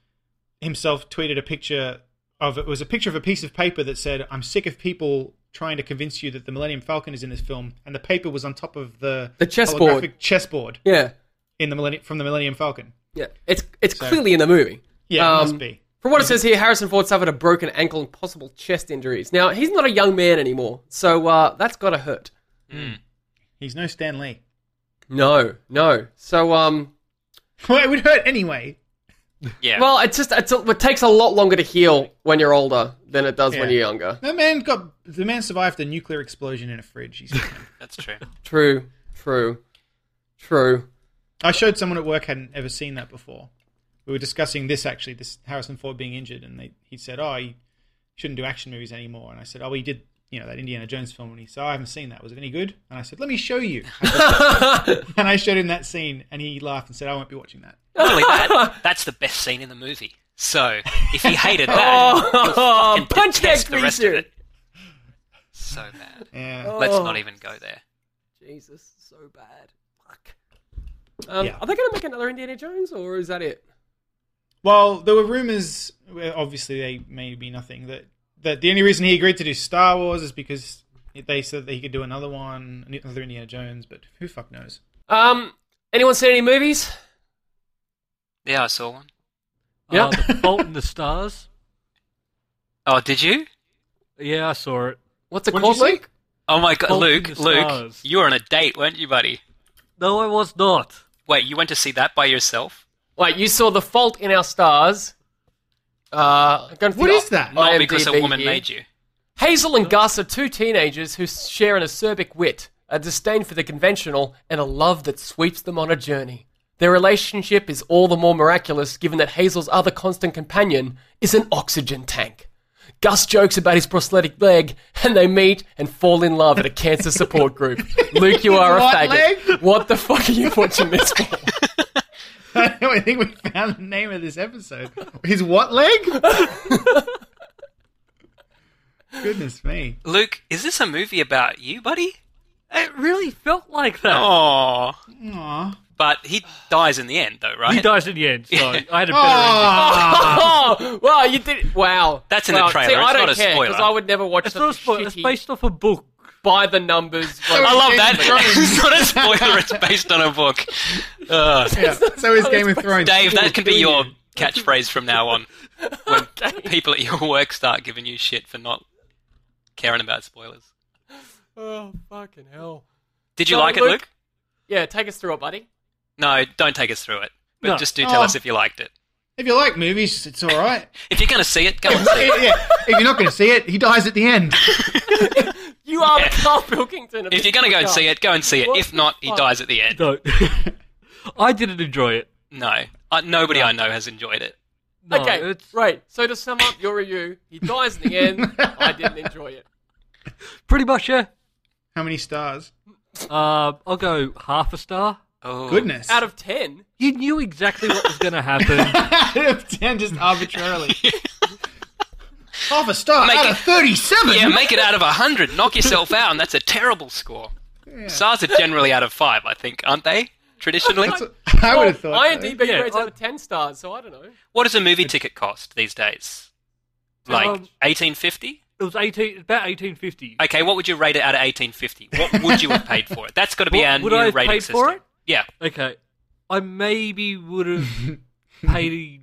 himself tweeted a picture of it was a picture of a piece of paper that said, "I'm sick of people." Trying to convince you that the Millennium Falcon is in this film, and the paper was on top of the
The chessboard.
holographic chessboard
Yeah,
in the Millennium from the Millennium Falcon.
yeah. It's it's clearly in the movie.
Yeah, it
Um,
must be.
From what it says here, Harrison Ford suffered a broken ankle and possible chest injuries. Now, he's not a young man anymore, so uh, that's got to hurt.
He's no Stan Lee.
No, no. So, um,
Well, it would hurt anyway.
yeah.
well, it's just it's, it takes a lot longer to heal when you're older than it does when
Yeah.
you're younger.
The man got the man survived a nuclear explosion in a fridge. He's fine.
that's true.
True, true, true.
I showed someone at work hadn't ever seen that before. We were discussing this actually, this Harrison Ford being injured, and they, he said, "Oh, he shouldn't do action movies anymore." And I said, "Oh, well, he did, you know, that Indiana Jones film." And he said, oh, "I haven't seen that. Was it any good?" And I said, "Let me show you." and I showed him that scene, and he laughed and said, "I won't be watching that."
Not only that, that's the best scene in the movie. So if you hated
Oh,
Oh.
that, you'll fucking
punch that
detest the rest of
creature.
it. So bad.
Yeah.
Let's
Oh.
not even go there.
Jesus, so bad. Fuck. Um,
Yeah.
Are they going to make another Indiana Jones, or is that it?
Well, there were rumors. well, Obviously, they may be nothing. That that the only reason he agreed to do Star Wars is because they said that he could do another one, another Indiana Jones. But who fuck knows?
Um, anyone seen any movies?
Yeah, I saw one.
Yeah.
Uh, the Fault in the Stars.
Oh, did you?
Yeah, I saw it.
What's it
What did
called,
you see?
Luke?
Oh my god,
Fault in
Luke,
the
Luke,
Stars.
you were on a date, weren't you, buddy?
No, I was not.
Wait, you went to see that by yourself?
Wait, you saw The Fault in Our Stars. Uh, going for
What
the
is that?
Not
IMDb
because a woman
here.
made you.
Hazel and Gus are two teenagers who share an acerbic wit, a disdain for the conventional, and a love that sweeps them on a journey. Their relationship is all the more miraculous given that Hazel's other constant companion is an oxygen tank. Gus jokes about his prosthetic leg, and they meet and fall in love at a cancer support group. Luke, you are a
What
faggot.
leg?
What the fuck are you watching this for?
I think we found the name of this episode. His what leg? Goodness me!
Luke, is this a movie about you, buddy?
It really felt like that.
Oh.
Aww.
But he dies in the end, though, right?
He dies in the end, so I had a better ending.
Ah.
Oh,
Ah.
Oh, wow, you did. Wow.
That's in the
Wow.
trailer,
See, I
it's
don't
not a
care,
spoiler.
Because I would never watch
It's
such a
not a spoiler. It's
shitty-
based off a book.
by the numbers.
I
Like,
love
Game
that.
of Thrones.
it's not a spoiler. It's based on a book. Ugh.
yeah. So is Game of Thrones.
Dave,
Ooh,
that could be
kill
your
you.
catchphrase from now on. When people at your work start giving you shit for not caring about spoilers.
oh fucking hell!
Did you
No,
like it,
Luke-
Luke?
Yeah, take us through it, buddy.
No, don't take us through it. But
No.
just do tell
Oh.
us if you liked it.
If you like movies, it's all right.
If you're going to see it, go and see it.
yeah. If you're not going to see it, he dies at the end.
You are
Yeah.
the Carl Pilkington. Of
If you're going to go and see it, go and see it.
Oh What
If
the
not, he
fuck?
dies at the end.
No. I didn't enjoy it.
No. Uh, nobody I know has enjoyed it.
No,
okay,
it's
right. So to sum up your review, he dies in the end. I didn't enjoy it.
pretty much yeah.
How many stars?
Uh, I'll go half a star.
Oh.
Goodness.
Out of ten,
You knew exactly what was going to happen.
out of 10 just arbitrarily. Half a star
Make
out
it-
of 37?
Yeah, make it out of 100. Knock yourself out, and that's a terrible score. Stars are generally out of 5, I think, aren't they? Traditionally?
That's what- I would have thought. so.
IMDb
Yeah,
rates
I-
out of ten stars. So I don't know.
What does a movie ticket cost these days? Like
Um,
eighteen fifty?
it was eighteen, about eighteen fifty.
Okay, what would you rate it out of eighteen fifty? What would you have paid for it? That's got to be
What
our
would
new
I have
rating
paid
system.
for it?
Yeah,
Okay, I maybe would have paid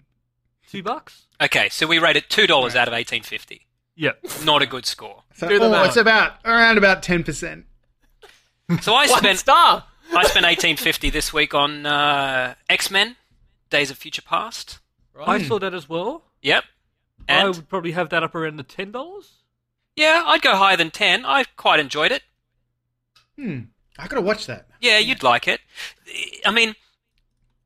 two bucks.
okay. So we rate it two dollars out of eighteen fifty.
Yeah,
Not a good score.
So,
Do the
oh,
math.
it's about around about 10%.
So I
One
spent
star.
I spent eighteen fifty this week on uh, X Men: Days of Future Past.
I saw that as well.
Yep,
I
and
would probably have that up around the ten dollars.
Yeah, I'd go higher than 10. I quite enjoyed it.
Hmm. I gotta watch that.
Yeah, you'd like it. I mean,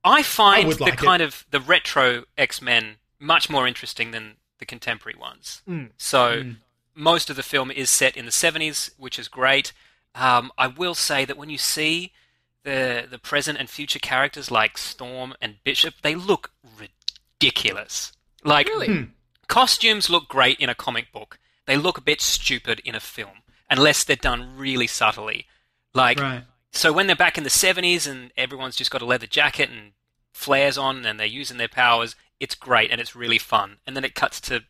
I find
would
the
like it.
kind of the retro X-Men much more interesting than the contemporary ones.
Mm.
So most of the film is set in the 70s, which is great. Um, I will say that when you see the the present and future characters like Storm and Bishop, they look ridiculous. Like
Really?
costumes look great in a comic book. They look a bit stupid in a film unless they're done really subtly. Like
Right.
so when they're back in the 70s and everyone's just got a leather jacket and flares on and they're using their powers, it's great and it's really fun. And then it cuts to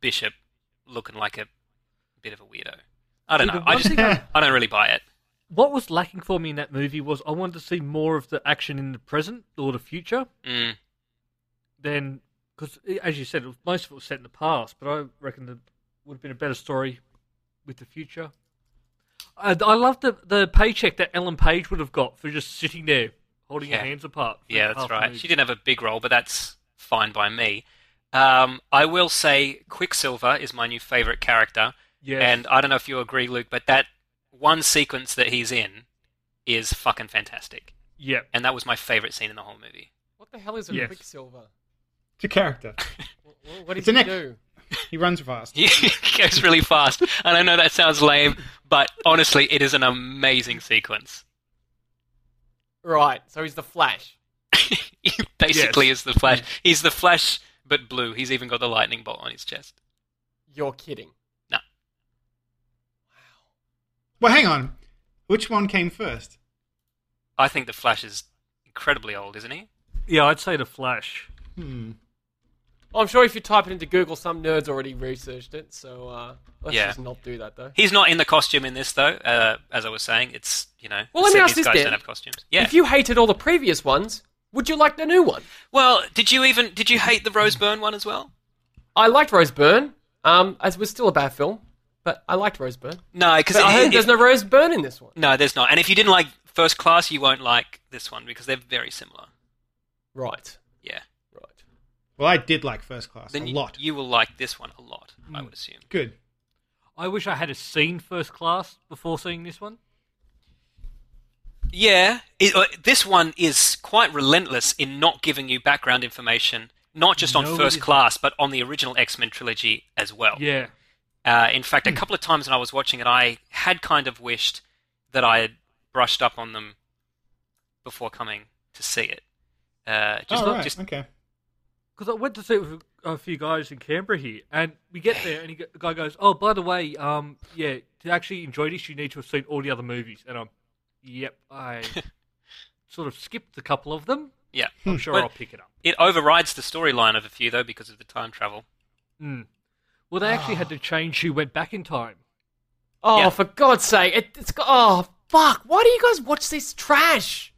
Bishop looking like a bit of a weirdo. I don't
See, the
know. I
one
just
thing I-
I don't really buy it.
What was lacking for me in that movie was I wanted to see more of the action in the present or the future
Mm.
than because, eh, as you said, it was, most of it was set in the past. But I reckon there would have been a better story with the future. I, I love the the paycheck that Ellen Page would have got for just sitting there holding
Yeah.
her hands apart. for
Yeah,
half
that's
the
right.
movie.
She didn't have a big role, but that's fine by me. Um, I will say Quicksilver is my new favorite character.
Yes.
And uh, I don't know if you agree, Luke, but that one sequence that he's in is fucking fantastic.
Yeah.
And that was my favorite scene in the whole movie.
What the hell is a
Yes.
quicksilver?
It's a character.
What, what does
It's an
he
ex-
do?
He runs fast.
He goes really fast. And I know that sounds lame, but honestly, it is an amazing sequence.
Right, so he's the Flash.
he basically
Yes.
is the Flash. He's the Flash, but blue. He's even got the lightning bolt on his chest.
You're kidding.
Well, hang on. Which one came first?
I think the Flash is incredibly old, isn't he?
Yeah, I'd say the Flash.
Hmm.
I'm sure if you type it into Google, some nerds already researched it. So uh, let's
Yeah.
just not do that though.
He's not in the costume in this, though. Uh, as I was saying, it's you know,
Well, let me ask
70s
this
guys
then.
don't have costumes. Yeah.
If you hated all the previous ones, would you like the new one?
Well, did you even did you hate the Rose Byrne one as well?
I liked Rose Byrne. Um, as it was still a bad film, but I liked Rose Byrne.
No, because
But I heard there's no Rose Byrne in this one.
no, there's not. And if you didn't like First Class, you won't like this one because they're very similar.
Right,
Yeah.
right.
Well, I did like First Class
Then
a
you-
lot. Mm.
You, will like this one a lot, I would assume.
Good.
I wish I had seen First Class before seeing this one.
Yeah, it, uh, this one is quite relentless in not giving you background information, not just on
No, it
First
isn't.
Class, but on the original X Men trilogy as well.
Yeah.
Uh, in fact,
Hmm.
a couple of times when I was watching it, I had kind of wished that I had brushed up on them before coming to see it. Uh, just,
oh, right.
just
Okay.
Because I went to see it with a few guys in Canberra here, and we get there, and he go- the guy goes, "Oh, by the way, um, yeah, to actually enjoy this, you need to have seen all the other movies." And I'm, "Yep, I sort of skipped a couple of them.
yeah.
I'm sure
But-
I'll pick it up."
It overrides the storyline of a few though because of the time travel.
Mm. Well, they actually had to change who went back in time.
Oh,
Yeah.
for God's sake! It, it's go- oh fuck! Why do you guys watch this trash?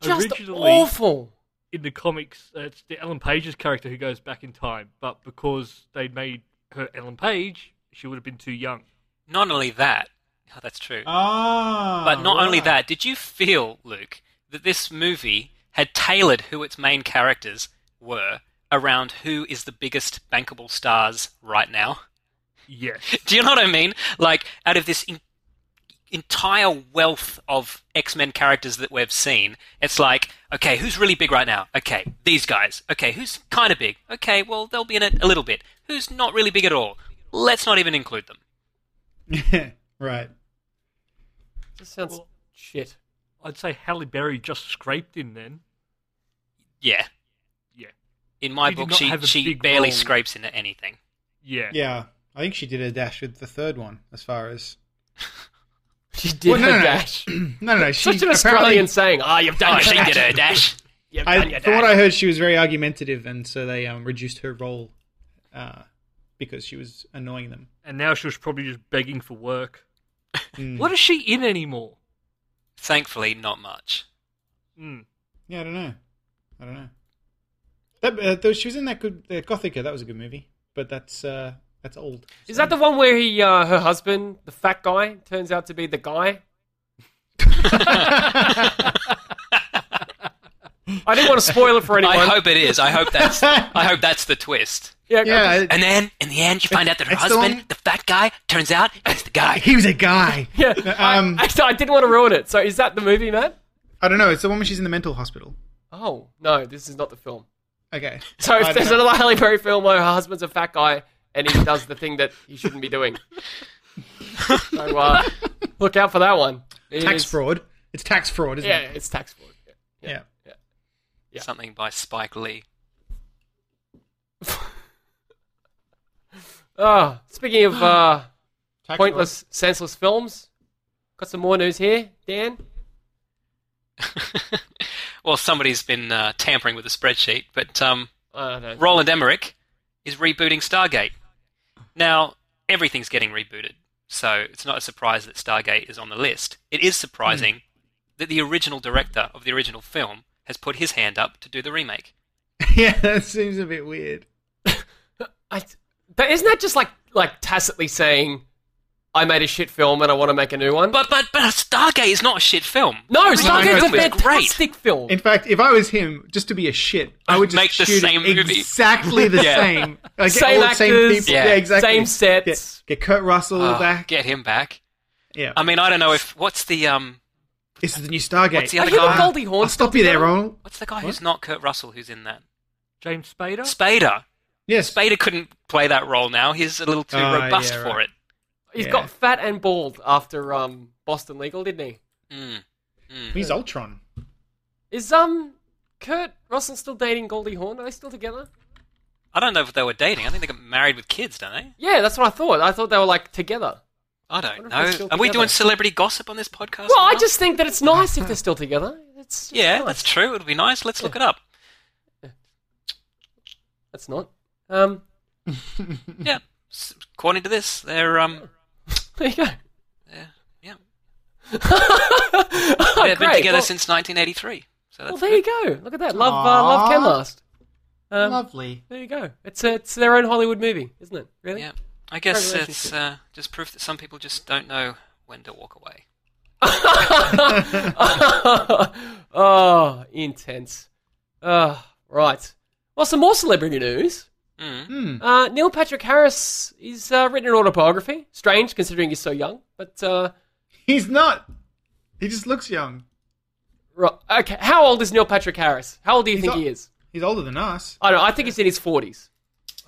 Just
Originally-
awful.
in the comics, uh, it's the Ellen Page's character who goes back in time, but because they made her Ellen Page, she would have been too young.
Not only that, oh, that's true.
ah.
Oh,
But not only
right.
that, did you feel, Luke, that this movie had tailored who its main characters were around who is the biggest bankable stars right now?
Yes.
Do you know what I mean? Like, out of this en- entire wealth of X Men characters that we've seen, it's like, okay, who's really big right now? Okay, these guys. Okay, who's kind of big? Okay, well, they'll be in it a little bit. Who's not really big at all? Let's not even include them.
right.
This sounds
Well-
shit.
I'd say Halle Berry just scraped in then.
Yeah.
Yeah.
In my
She did
book,
not
she,
have a
she
big
barely
role.
scrapes into anything.
Yeah.
Yeah. I think she did a dash with the third one, as far as.
She did
Well, no,
her
no, no.
dash.
No, no, no. She
Such an
apparently-
Australian saying. Ah, you've done
Oh,
your
she
dash.
did her dash.
You've done
I,
your
from
dash.
what I heard, she was very argumentative, and so they um, reduced her role uh, because she was annoying them.
And now she was probably just begging for work.
Mm.
What is she in anymore?
Thankfully, not much.
Mm.
Yeah, I don't know. I don't know. That uh, though she was in that good uh, Gothica. That was a good movie, but that's uh, that's old.
Is that the one where he, uh, her husband, the fat guy, turns out to be the guy? I didn't want to spoil it for anyone.
I hope it is. I hope that's. I hope that's the twist.
yeah,
Yeah, it-
And then, in the end, you find out that her
it's the
husband,
one-
the fat guy, turns out is the guy.
he was a guy.
yeah.
Um,
I, actually, I didn't want to ruin it. So is that the movie, Matt?
I don't know. It's the one where she's in the mental hospital.
Oh no, this is not the film.
Okay.
So
I
if there's
don't-
another Halle Berry film where her husband's a fat guy and he does the thing that he shouldn't be doing, so uh, look out for that one. It
tax
is-
fraud. It's tax fraud, isn't
Yeah,
it?
it's tax fraud. Yeah.
Yeah.
Yeah.
Something by Spike Lee.
Ah, speaking of uh,
Tax
pointless, senseless films, got some more news here, Dan.
well, somebody's been uh, tampering with the spreadsheet, but um,
I don't know.
Roland Emmerich is rebooting Stargate. Now, everything's getting rebooted, so it's not a surprise that Stargate is on the list. It is surprising that the original director of the original film has put his hand up to do the remake.
fraud. yeah, that seems a bit weird.
I, but isn't that just like like tacitly saying, "I made a shit film and I want to make a new one"?
But but but Stargate is not a shit film.
no,
The original
Stargate's a
film is great.
fantastic film.
In fact, if I was him, just to be a shit, I would just
Make the
shoot
same
it
movie.
exactly the
Yeah.
same, like,
Same
all the
actors,
people.
yeah,
Yeah. exactly.
same sets.
Yeah. Get Kurt Russell
Oh,
back.
Get him back.
yeah,
I mean, I don't know if what's the um
this is the new Stargate.
What's the other
Are you
guy?
a Ah, Goldie Hawn?
I'll stop you there, Ronald.
what's the guy who's not Kurt Russell who's in that?
James Spader.
Spader.
Yes,
Spader couldn't play that role now. He's a little too
Ah,
robust
yeah,
for
right.
it.
He's
Yeah.
got fat and bald after um, Boston Legal, didn't he?
Mm.
he's Ultron.
Is um Kurt Russell still dating Goldie Hawn? Are they still together?
I don't know if they were dating. I think they got married with kids, don't they?
Yeah, that's what I thought. I thought they were like together.
I
wonder
don't
if
know.
they're still
Are we
together.
doing celebrity gossip on this podcast?
Well, I
now?
just think that it's nice if they're still together. It's just
yeah,
nice.
that's true. It'll be nice. Let's look it up.
That's not. Um,
Yeah, S- according to this, they're um
there you go.
they're- yeah
Oh,
they've been
great.
together
well,
since 1983. So that's
Well, there you go. Look at that. Love, uh, love can
Aw.
last. Um,
Lovely.
There you go. It's a, it's their own Hollywood movie, isn't it? Really?
yeah. I guess
Congratulations.
it's uh, just proof that some people just don't know when to walk away.
oh, intense. Uh, right. Well, some more celebrity news.
Mm.
Hmm.
Uh, Neil Patrick Harris, he's uh, written an autobiography. Strange, considering he's so young. But, uh,
He's not. He just looks young.
ro- okay, how old is Neil Patrick Harris? How old do you
He's
think
not-
he is?
He's older than us.
I don't know. I think he's in his 40s.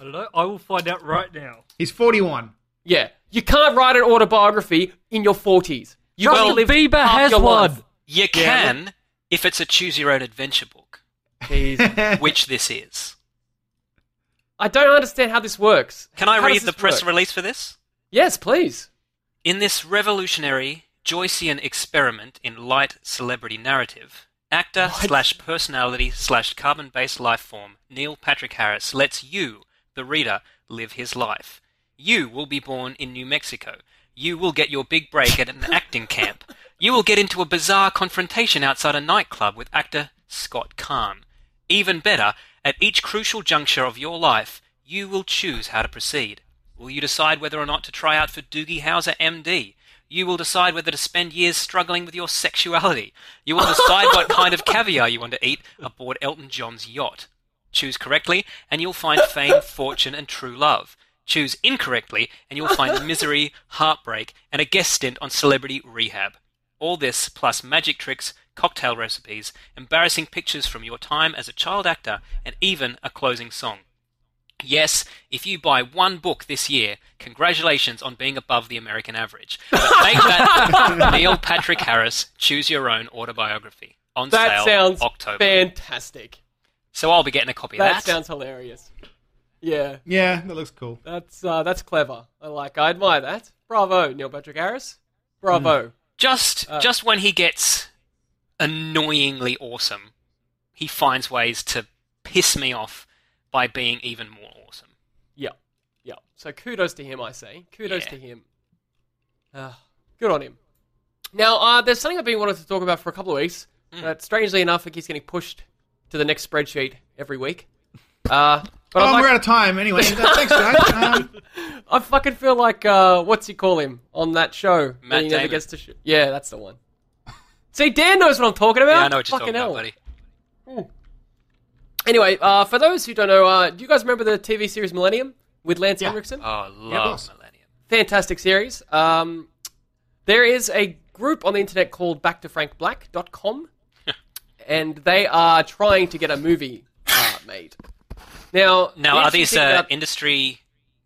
I don't know. I will find out right now.
He's forty-one.
Yeah. You can't write an autobiography in your 40s. You've
Justin
only lived
Bieber
half
has
your
one.
life.
You can if it's a choose your own adventure book,
Jeez.
which this is.
I don't understand how this works.
Can I
How does
read the
this
press
work?
release for this?
Yes, please.
In this revolutionary Joycean experiment in light celebrity narrative, actor
What?
slash personality slash carbon based life form Neil Patrick Harris lets you, the reader, live his life. You will be born in New Mexico. You will get your big break at an acting camp. You will get into a bizarre confrontation outside a nightclub with actor Scott Kahn. Even better, at each crucial juncture of your life, you will choose how to proceed. Will you decide whether or not to try out for Doogie Howser MD? You will decide whether to spend years struggling with your sexuality. You will decide what kind of caviar you want to eat aboard Elton John's yacht. Choose correctly, and you'll find fame, fortune, and true love. Choose incorrectly, and you'll find misery, heartbreak, and a guest stint on Celebrity Rehab. All this, plus magic tricks, cocktail recipes, embarrassing pictures from your time as a child actor, and even a closing song. Yes, if you buy one book this year, congratulations on being above the American average. But make that Neil Patrick Harris Choose Your Own Autobiography on
That
sale
sounds
October.
fantastic.
So I'll be getting a copy of
That,
that.
sounds hilarious. Yeah,
Yeah, that looks cool.
that's uh, that's clever. I like. I admire that. Bravo, Neil Patrick Harris.
Hmm.
Bravo.
just
Uh.
just when he gets annoyingly awesome, he finds ways to piss me off by being even more awesome.
Yeah, yeah. So kudos to him, I say. Kudos
Yeah.
to him. Uh, good on him. Now, uh, there's something I've been wanting to talk about for a couple of weeks.
Hmm.
But strangely enough, it keeps getting pushed to the next spreadsheet every week. Uh, but
Oh,
I'd like-
we're out of time anyway. Thanks, guys. Um,
I fucking feel like uh, what's he call him on that show? that
Matt
he never
Damon.
gets to sh- Yeah, that's the one. See, Dan knows what I'm talking about.
Yeah, I know what you're
Fucking
talking
hell.
about, buddy.
Anyway, uh, for those who don't know, uh, do you guys remember the TV series Millennium with Lance
Yeah.
Henriksen?
Oh,
of
love
course.
Millennium.
fantastic series. Um, there is a group on the internet called backtofrankblack.com, and they are trying to get a movie uh, made. Now,
Now,
the interesting
are these
thing
uh,
about-
industry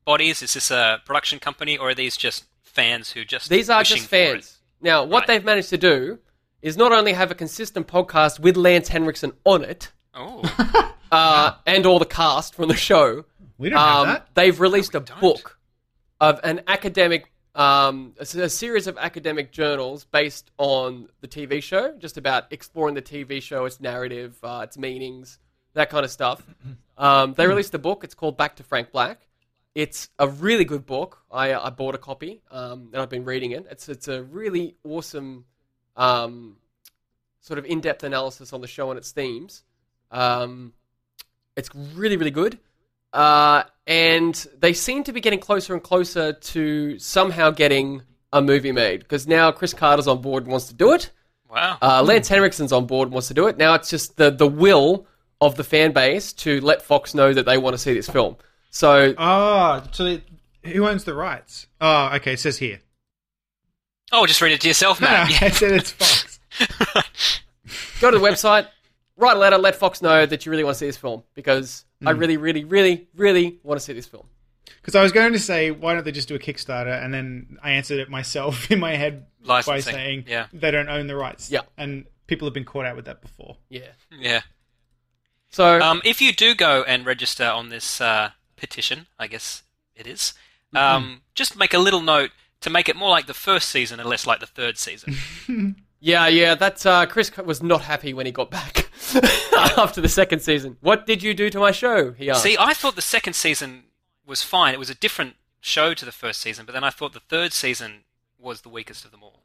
bodies? Is this a production company, or are these just fans who just
these are
pushing
just
for it?
fans. Now, what
Right.
they've managed to do is not only have a consistent podcast with Lance Henriksen on it,
Oh,
uh, and all the cast from the show,
We don't have
um,
that.
they've released a
don't.
book of an academic, um, a, s- a series of academic journals based on the TV show, just about exploring the TV show, its narrative, uh, its meanings, that kind of stuff. Um, they released a book. It's called Back to Frank Black. It's a really good book. I, I bought a copy um, and I've been reading it. It's it's a really awesome um, sort of in-depth analysis on the show and its themes. Um, it's really really good. Uh, and they seem to be getting closer and closer to somehow getting a movie made because now Chris Carter's on board and wants to do it.
wow.
Uh, Lance Henriksen's on board and wants to do it. Now it's just the, the will of the fan base to let Fox know that they want to see this film. So
Ah, so they- who owns the rights? Oh, okay. It says here.
oh, just read it to yourself,
No, no,
Matt.
I said it's Fox.
Yeah.
go to the website, write a letter, let Fox know that you really want to see this film because I really, really, really, really want to see this film.
Because I was going to say, why don't they just do a Kickstarter? And then I answered it myself in my head
Licensing,
by saying
yeah.
they don't own the rights.
Yeah.
And people have been caught out with that before.
Yeah.
yeah.
So
Um, if you do go and register on this uh, petition, I guess it is,
Mm-hmm.
um, just make a little note to make it more like the first season and less like the third season.
yeah, yeah, that uh, Chris was not happy when he got back after the second season. What did you do to my show? He asked.
See, I thought the second season was fine. It was a different show to the first season, but then I thought the third season was the weakest of them all.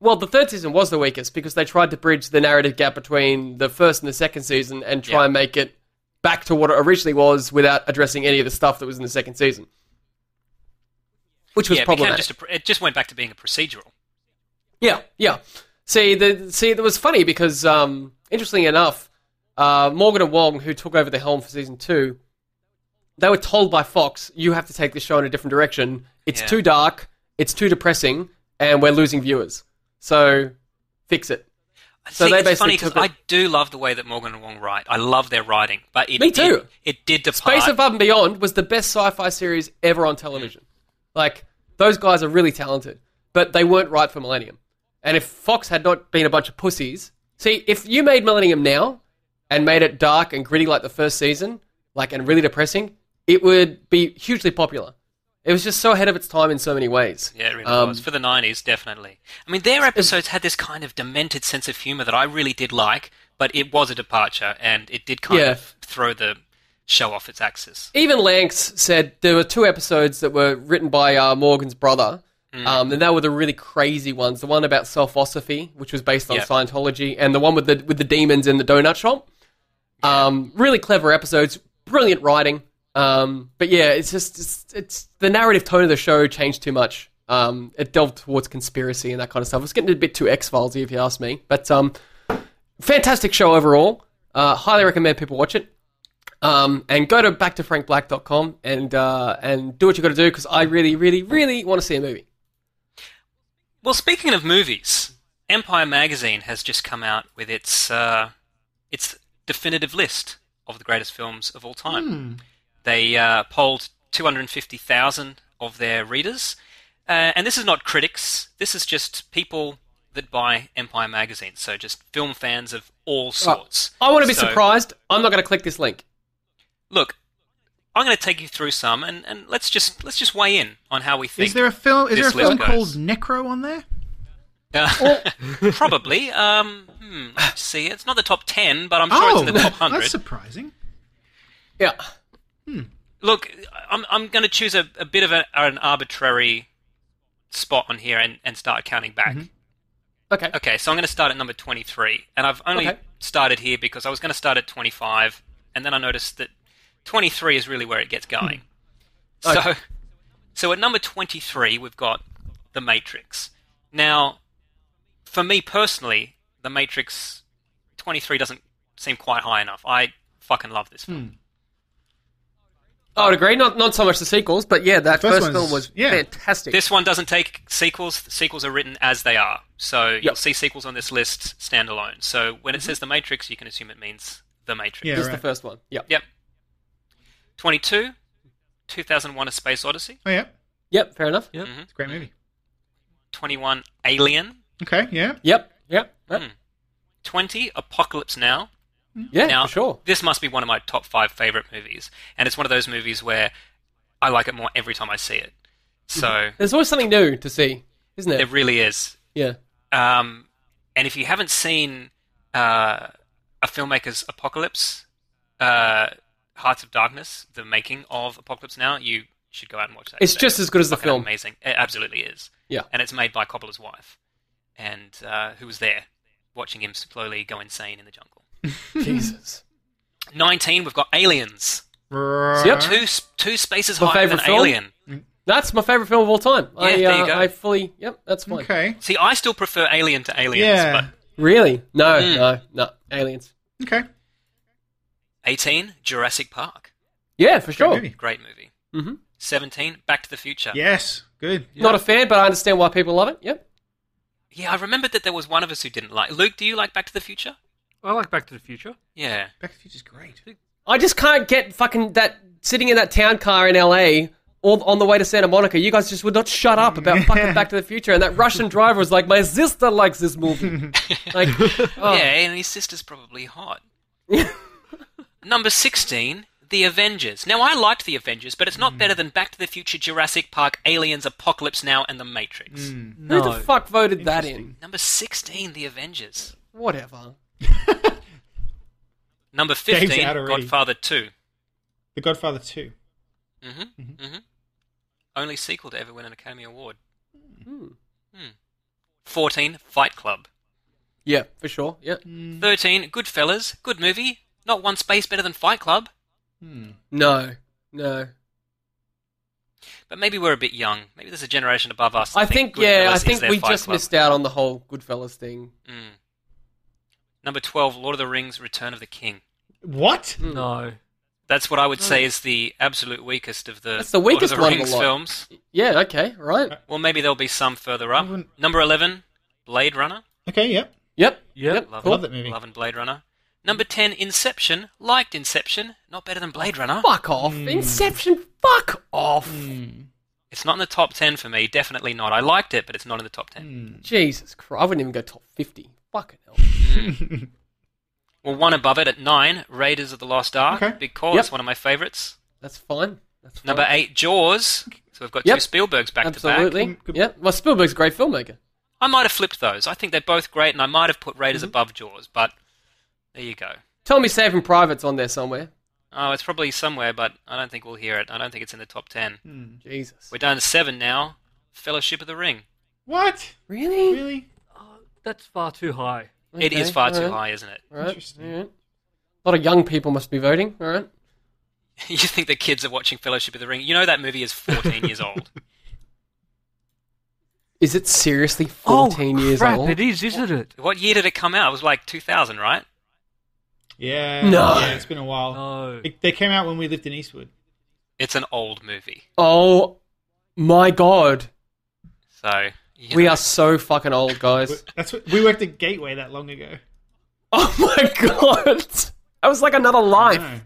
Well, the third season was the weakest because they tried to bridge the narrative gap between the first and the second season and try
Yeah.
and make it back to what it originally was without addressing any of the stuff that was in the second season, which was
yeah, it became
problematic.
just a, pr- it just went back to being a procedural.
Yeah, yeah. See, the see, it was funny because, um, interestingly enough, uh, Morgan and Wong, who took over the helm for season two, they were told by Fox, "You have to take this show in a different direction. It's
Yeah.
too dark. It's too depressing, and we're losing viewers. So, fix it." So
So See,
they
it's funny
basically
because
took
I
it-
do love the way that Morgan and Wong write. I love their writing, but it
Me
did-
too.
it did depart.
Space Above and Beyond was the best sci-fi series ever on television. Like those guys are really talented, but they weren't right for Millennium. And if Fox had not been a bunch of pussies, see, if you made Millennium now and made it dark and gritty like the first season, like and really depressing, it would be hugely popular. It was just so ahead of its time in so many ways.
Yeah, it really
Um,
was. For the 90s, definitely. I mean, their episodes had this kind of demented sense of humor that I really did like, but it was a departure, and it did kind
Yeah.
of throw the show off its axis.
Even Lanx said there were two episodes that were written by uh, Morgan's brother, um, and they were the really crazy ones. The one about self-philosophy, which was based on
Yeah.
Scientology, and the one with the with the demons in the donut shop. Um, really clever episodes, brilliant writing. Um, but yeah, it's just it's, it's the narrative tone of the show changed too much. Um, it delved towards conspiracy and that kind of stuff. It's getting a bit too X Filesy, if you ask me. But um, fantastic show overall. Uh, highly recommend people watch it. Um, and go to backtofrankblack.com and uh, and do what you got to do because I really, really, really want to see a movie.
Well, speaking of movies, Empire Magazine has just come out with its, uh, its definitive list of the greatest films of all time.
Hmm.
They uh, polled 250,000 of their readers. Uh, and this is not critics, this is just people that buy Empire magazine. So just film fans of all sorts.
I want to be
So,
surprised. I'm not going to click this link.
Look, I'm going to take you through some and, and let's just let's just weigh in on how we think.
Is there a film? Is there a
this list
film
goes.
called Necro on there?
Uh, Probably. Um, hmm, let's see, it's not the top 10, but I'm sure it's in the top 100.
Oh, that's surprising.
Yeah,
Look, I'm I'm going to choose a, a bit of a, an arbitrary spot on here and, and start counting back.
okay.
Okay, so I'm going to start at number 23, and I've only
Okay.
started here because I was going to start at 25, and then I noticed that 23 is really where it gets going. So,
Hmm. Okay.
so at number 23, we've got The Matrix. Now, for me personally, The Matrix 23 doesn't seem quite high enough. I fucking love this
Hmm.
film.
I would agree. Not not so much the sequels, but yeah, that
First
first,
one's-
film was
yeah.
fantastic.
This one doesn't take sequels. Sequels are written as they are. So you'll see sequels on this list standalone. So when
Mm-hmm.
it says The Matrix, you can assume it means The Matrix.
Yeah,
this is
right.
the first one. Yep.
Yep. 22, 2001 A Space Odyssey.
Oh yeah,
Yep. Fair enough.
Yep.
it's a great movie.
21, Alien.
Okay, yeah.
Yep. Yep.
Hmm.
yep.
20, Apocalypse Now.
Yeah.
Now,
for sure.
this must be one of my top five favorite movies, and it's one of those movies where I like it more every time I see it. So
There's always something new to see, isn't
it
it?
really is.
Yeah.
Um, and if you haven't seen uh, a filmmaker's Apocalypse, uh, Hearts of Darkness, the making of Apocalypse Now, you should go out and watch that.
It's
today.
just as good as the
Fucking
film.
Amazing, it absolutely is.
Yeah.
and it's made by Coppola's wife, and uh, who was there watching him slowly go insane in the jungle.
Jesus.
19, we've got Aliens.
Yep.
Two, s- two spaces
My
higher than
favourite film.
Alien.
That's my favorite film of all time. I,
there you
uh,
go.
I fully. Yep. That's fine.
Okay.
See, I still prefer Alien to Aliens,
Yeah.
Really? No.
Mm.
No. No. Aliens.
Okay.
but 18, Jurassic Park.
Yeah, for
Great
sure.
movie.
Great movie.
Mhm.
17, Back to the Future.
Yes. Good.
Not a fan, but I understand why people love it. Yep.
Yeah, I remembered that there was one of us who didn't like. Luke, do you like Back to the Future?
I like Back to the Future.
Yeah.
Back to the Future's great.
I just can't get fucking that sitting in that town car in LA all on the way to Santa Monica. You guys just would not shut up about fucking Back to the Future. And that Russian driver was like, my sister likes this movie. like, oh,
Yeah, and his sister's probably hot. Number 16, The Avengers. Now, I liked The Avengers, but it's
Hmm.
not better than Back to the Future, Jurassic Park, Aliens, Apocalypse Now, and The Matrix.
who the fuck voted that in?
Number 16, The Avengers.
Whatever.
Number
Dave's
15,
out already.
Godfather 2.
The Godfather Two.
hmm
Mm-hmm.
hmm Only sequel to ever win an Academy Award. Hmm. 14, Fight Club.
Yeah, for sure. Yeah.
Hmm.
13, Goodfellas. Good movie. Not one space better than Fight Club.
No. No.
But maybe we're a bit young. Maybe there's a generation above us. that
I think, yeah,
Goodfellas
I
is
think
their
we
Fight
just
Club.
missed out on the whole Goodfellas thing.
Mm. Number 12, Lord of the Rings, Return of the King.
What?
No.
That's what I would say is the absolute weakest of the,
Mm. That's the weakest
Lord of
one
the
of the
Rings
lot.
films.
Yeah, okay, right.
Well, maybe there'll be some further
I
up.
wouldn't-
Number 11, Blade Runner.
Okay. Yep.
Yep.
Yeah.
Love,
cool.
Love that movie.
Love and Blade Runner. Number 10, Inception. Liked Inception. Not better than Blade Runner.
Fuck off.
Hmm.
Inception, fuck off.
Hmm.
It's not in the top 10 for me. Definitely not. I liked it, but it's not in the top 10.
Hmm.
Jesus Christ. I wouldn't even go top 50. Fucking hell. Mm.
Well, one above it at 9, Raiders of the Lost Ark,
Okay.
because
Yep.
one of my favorites.
That's fine. That's fine.
Number 8, Jaws. So we've got
Yep.
two Spielbergs back to back.
Absolutely.
Good-
Yeah. Well, Spielberg's a great filmmaker.
I might have flipped those. I think they're both great, and I might have put Raiders above Jaws, but there you go.
Tell me Saving Private's on there somewhere.
Oh, it's probably somewhere, but I don't think we'll hear it. I don't think it's in the top 10.
Hmm.
Jesus.
We're down to 7 now. Fellowship of the Ring.
What?
Really?
Really?
Oh, That's far too high.
it is
Okay,
far
all
too
right,
high, isn't it?
all right,
Interesting.
all right. A lot of young people must be voting. All right.
you think the kids are watching Fellowship of the Ring? You know that movie is 14 years old.
Is it seriously 14
oh,
years
crap,
old?
it is, isn't it?
What year did it come out? It was like 2000, right?
Yeah.
No.
Yeah, it's been a
Oh.
while.
No.
It- they came out when we lived in Eastwood.
It's an old movie.
Oh my god.
So, you
We
know.
are so fucking old, guys.
That's what, we worked at Gateway that long ago.
oh my god. That was like another life.
No.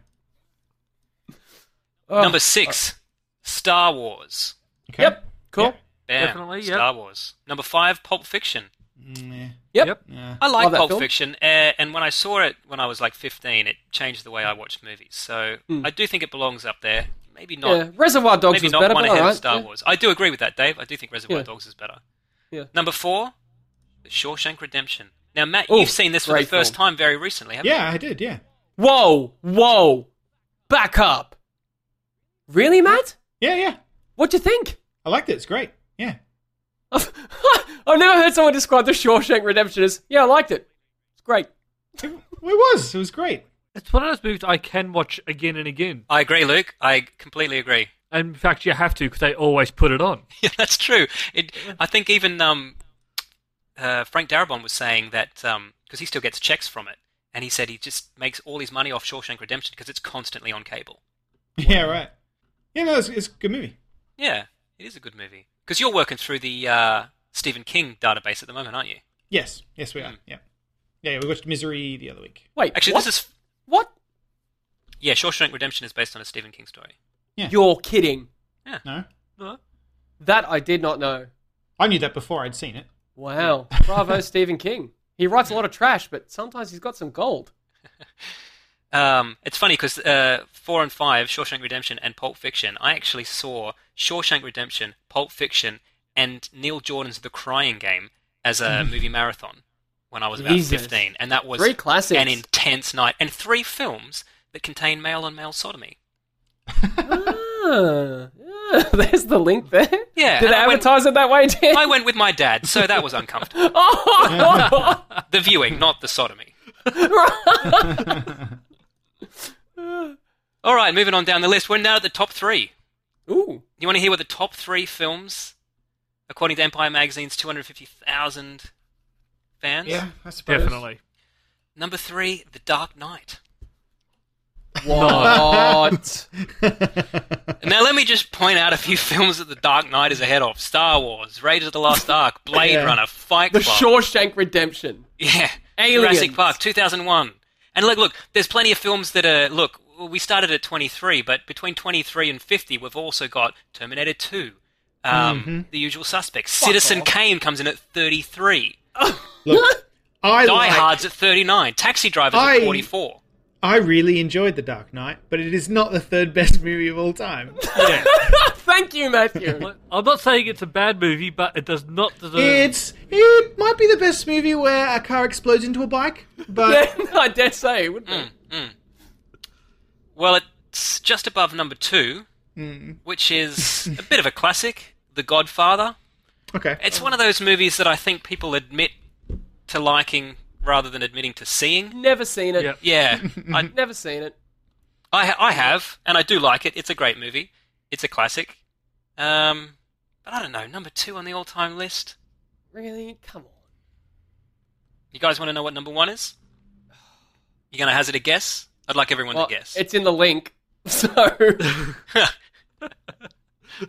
Oh.
Number 6, Star Wars.
Okay.
Yep. Cool.
Yeah.
Bam.
Definitely, yep.
Star Wars. Number 5, Pulp Fiction.
Mm,
Yep.
Yep.
yeah. Yeah.
I like
Love that
Pulp
film.
Fiction, uh, and when I saw it when I was like 15, it changed the way I watched movies. So I do think it belongs up there. Maybe not.
Hmm. Yeah. Reservoir Dogs
maybe
was
not
better,
one
but
ahead
alright.
of Star
yeah.
Wars. I do agree with that, Dave. I do think Reservoir
Yeah.
Dogs is better.
Yeah.
Number four, The Shawshank Redemption. Now, Matt,
Ooh,
you've seen this for the
great
first
film.
time very recently, haven't
Yeah, I did. Yeah.
Whoa, whoa. Back up. Really, Matt?
Yeah, yeah.
What'd you think?
I liked it. It's great. Yeah.
I've never heard someone describe the Shawshank Redemption as, yeah, I liked it. It's great.
It, it was. It was great.
It's one of those movies I can watch again and again.
you? I agree, Luke. I completely agree.
And in fact, you have to because they always put it on.
Yeah, that's true. It, I think um, even um, uh, Frank Darabont was saying that because he still gets checks from it, and he said he just makes all his money off Shawshank Redemption because it's constantly on cable.
Yeah, right. Yeah, no, it's, it's a good movie.
Yeah, it is a good movie because you're working through the uh, Stephen King database at the moment, aren't you?
Yes, yes, we are. Yeah, yeah, yeah we watched Misery the other week.
Wait,
Actually,
what?
this is
what?
yeah, Shawshank Redemption is based on a Stephen King story.
Yeah.
You're kidding.
No,
No?
That I did not know.
I knew that before I'd seen it.
Wow. Bravo, Stephen King. He writes a lot of trash, but sometimes he's got some gold.
Um, it's funny because uh, four and five, Shawshank Redemption and Pulp Fiction. I actually saw Shawshank Redemption, Pulp Fiction, and Neil Jordan's The Crying Game as a movie marathon when I was about
Mm-hmm. Jesus.
fifteen, and that was
Three classics.
an intense night. And three films that contain male and male sodomy.
Ah, yeah, there's the link there.
Yeah,
Did
and
they
I went-
advertise it that way, Dan?
I went with my dad, so that was uncomfortable.
oh,
the viewing, not the sodomy. All right, moving on down the list. We're now at the top three.
Ooh.
You want to hear what the top three films, according to Empire Magazine's 250,000 fans?
Yeah, I suppose.
Definitely.
Number three, The Dark Knight.
What?
Now, let me just point out a few films that The Dark Knight is ahead of Star Wars, Raiders of the Lost Ark, Blade
Yeah.
Runner, Fight
the
Club.
Shawshank Redemption.
Yeah.
Aliens.
Jurassic Park, 2001. And look, look, there's plenty of films that are. Look, we started at 23, but between 23 and 50, we've also got Terminator 2, um,
Mm-hmm.
The Usual Suspects. Citizen Kane comes in at 33.
Look, I
Die
like,
Hard's at 39. Taxi Driver's
I-
at 44.
I really enjoyed The Dark Knight, but it is not the third best movie of all time. Yeah.
Thank you, Matthew.
Like, I'm not saying it's a bad movie, but it does not
Uh.
deserve.
it's it might be the best movie where a car explodes into a bike, but
yeah, I dare say, wouldn't it?
Well, it's just above number two, which is a bit of a classic, The Godfather.
okay.
It's one of those movies that I think people admit to liking rather than admitting to seeing.
Never seen it.
Yep.
Mm. Yeah, I,
Never seen it.
I, I have, and I do like it. It's a great movie. It's a classic. Um, but I don't know. Number two on the all-time list.
Really? Come on.
You guys want to know what number one is? You gonna hazard a guess? I'd like everyone
Well,
to guess.
It's in the link. So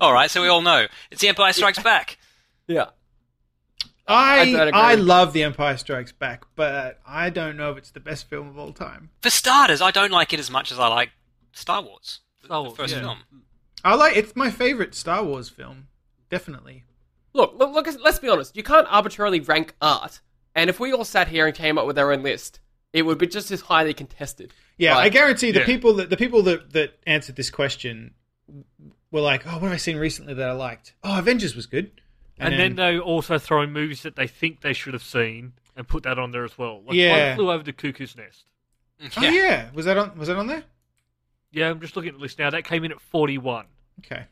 all right, so we all know it's The Empire Strikes Back.
yeah. I
I
don't agree.
I, love The Empire Strikes Back, but I don't know if it's the best film of all time.
For starters, I don't like it as much as I like Star Wars, the,
Star
the
Wars,
first
yeah.
film.
I like it's my favorite Star Wars film, definitely.
Look, look, look, let's be honest. You can't arbitrarily rank art. And if we all sat here and came up with our own list, it would be just as highly contested.
Yeah, I
Like,
guarantee the
yeah.
people that the people that that answered this question were like, "Oh, what have I seen recently that I liked? Oh, Avengers was good."
and, then,
uh,
they also throw in movies that they think they should have seen and put that on there as well. Like
Yeah.
One Flew Over the Cuckoo's Nest. Mm.
oh yeah, was that on was that on there?
Yeah, I'm just looking at the list now. That came in at 41.
Okay.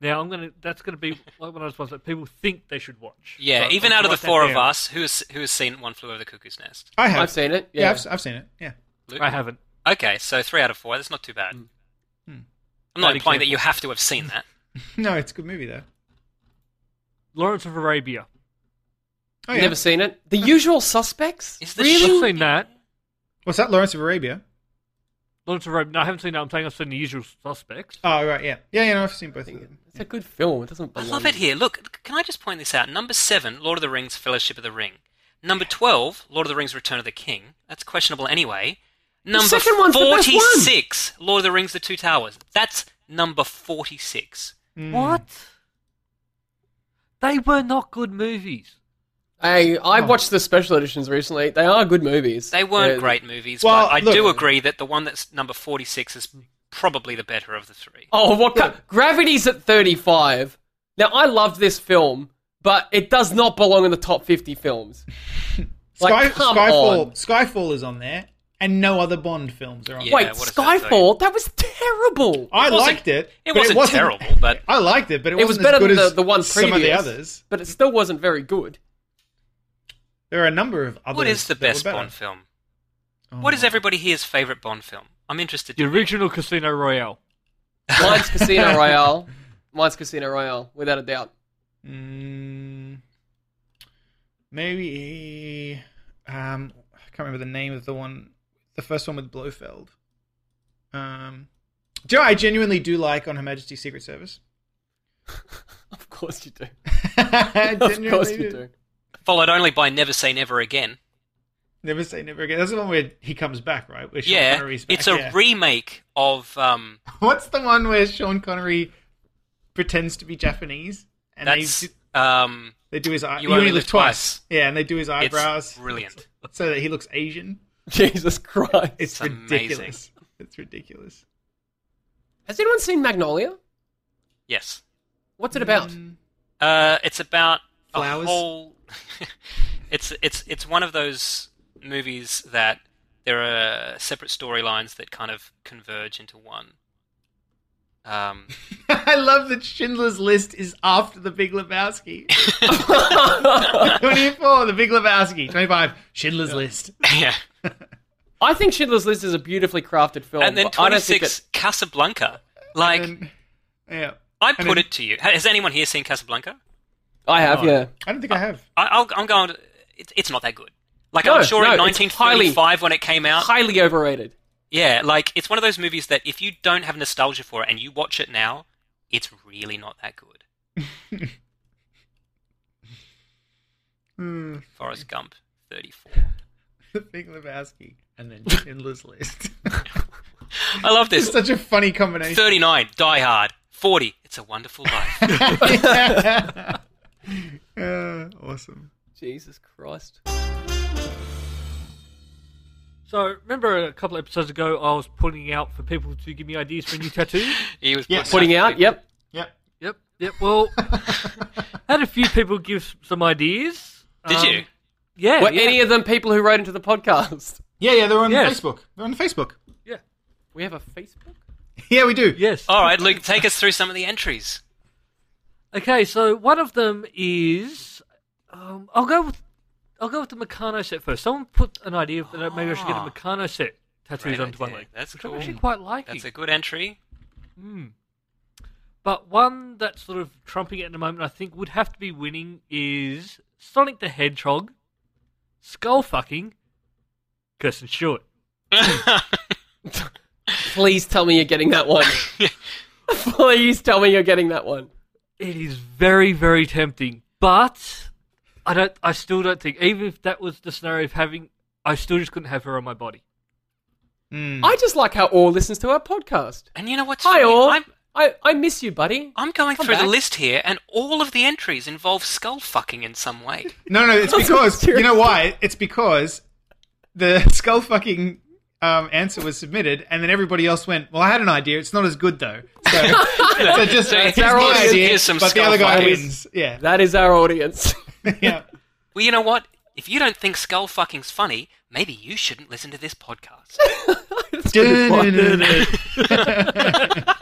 Now I'm gonna. That's gonna be like one of those ones that people think they should watch.
Yeah,
So
even
I'll
out of the
write that
four of
down.
us, who has who has seen One Flew Over the Cuckoo's Nest?
I have.
I've seen it.
yeah,
Yeah.
I've, oh, I've seen it. Yeah.
Luke?
I haven't.
Okay, so three out of four. That's not too bad. I'm not
Bad
implying that
example.
you have to have seen that.
Hmm. No, it's a good movie though.
Lawrence of Arabia.
Oh, yeah.
Never seen it. The Usual Suspects?
Is the
really?
I've seen that.
What's that? Lawrence of Arabia.
Lawrence of Arabia. No, I haven't seen that. I'm saying I've seen The Usual Suspects.
Oh right, yeah, yeah, yeah. No, I've seen both of them.
It's a good film. It doesn't
I
belong.
love it here. Look, can I just point this out? Number seven, Lord of the Rings, Fellowship of the Ring. Number twelve, Lord of the Rings, Return of the King. That's questionable anyway. Number
second one's the best one.
forty-six, Lord of the Rings, The Two Towers. That's number forty-six.
Mm.
What? They were not good movies.
I, I
Oh.
watched the special editions recently. They are good movies.
They weren't
They're-
great movies,
Well,
but I
look-
do agree that the one that's number forty-six is probably the better of the three.
Oh, what? ki- Gravity's at 35. Now, I loved this film, but it does not belong in the top 50 films.
Sky,
Like, come
Skyfall.
on.
Skyfall is on there, and no other Bond films are on.
Yeah.
there.
Wait,
what does that
Skyfall? That was terrible.
I
wasn't-
liked it.
it
but
wasn't terrible, but-
I liked Oh, it, but it,
It was
wasn't
better
as good
than the,
as
the one previous.
Some of the others.
But it still wasn't very good.
There are a number of others.
What is the
that were
best
better.
Bond film?
Oh.
What is everybody here's favorite Bond film? I'm interested.
The original Casino Royale.
Mine's Casino Royale. Mine's Casino Royale, without a doubt.
Mm, maybe um, I can't remember the name of the one the first one with Blofeld. Um, do I genuinely do like on Her Majesty's Secret Service?
Of course you do.
I
Of course
genuinely
you do.
Followed only by Never Say Never Again.
Never say never again. That's the one where he comes back, right? Where Sean
yeah,
Connery's back.
it's a
yeah.
remake of. Um,
What's the one where Sean Connery pretends to be Japanese and they
that's
do,
um,
they do his eye?
You Only Live Twice.
Yeah, and they do his eyebrows
it's brilliant.
so that he looks Asian.
Jesus Christ.
It's,
It's amazing.
ridiculous. It's ridiculous.
Has anyone seen Magnolia?
Yes,
What's it about?
Mm,
uh, it's about
Flowers?
a whole. it's it's it's one of those movies that there are separate storylines that kind of converge into one. Um,
I love that Schindler's List is after The Big Lebowski. 24, The Big Lebowski. 25, Schindler's List.
yeah,
I think Schindler's List is a beautifully crafted film.
and then
but Oh, I
twenty
don't think
six
it,
Casablanca. Like
And- yeah.
I
and
put
then-
it to you. Has anyone here seen Casablanca?
I have, yeah.
I don't think I have.
I, I'll, I'm going. To, it, it's not that good. Like
No,
I'm sure in
no, it's
1945 when it came out,
Highly overrated.
yeah, like it's one of those movies that if you don't have nostalgia for it and you watch it now, it's really not that good.
Hmm,
Forrest Gump, 34.
the Big Lebowski. And then Schindler's List.
I love
it's
this.
such a funny combination.
39, Die Hard. 40, It's a Wonderful Life.
Yeah. Uh, awesome.
Jesus Christ.
So remember a couple episodes ago, I was putting out for people to give me ideas for new tattoos.
he was
Yes.
Putting out, yep.
Yep.
yep, yep. Well, had a few people give some ideas.
Did
Um,
you?
Yeah.
Were
yeah.
any of them people who wrote into the podcast?
Yeah, yeah, they're on
Yes.
Facebook. They're on Facebook.
yeah.
We have a Facebook?
Yeah, we do.
Yes.
All right, Luke, take us through some of the entries.
Okay, so one of them is um, I'll go with I'll go with the Meccano set first. Someone put an idea that maybe I should get
Ah.
a Meccano set tattooed
Great
onto my
idea.
leg.
That's
which
cool.
I'm actually quite liking.
That's a good entry.
Mm. But one that's sort of trumping it at the moment, I think, would have to be winning is Sonic the Hedgehog, Skull fucking, Kirsten Stewart.
Please tell me you're getting that one. Please tell me you're getting that one.
It is very, very tempting, but I don't. I still don't think, even if that was the scenario of having, I still just couldn't have her on my body.
Hmm.
Mm.
I just like how Orr listens to our podcast.
And you know what's
Hi,
funny?
Orr.
I'm,
I, I miss you, buddy.
I'm going
Come
through the
back.
list here, and all of the entries involve skull fucking in some way.
No, no, it's because you know why? It's because the skull fucking um, answer was submitted, and then everybody else went. Well, I had an idea. It's not as good though. So, so just
So
here's
it's our
my
audience.
idea,
Here's some
but the other guy
skull fucking.
wins. Yeah,
That is our audience.
yeah.
Well, you know what? If you don't think skull fucking's funny, maybe you shouldn't listen to this podcast.
It's a good one.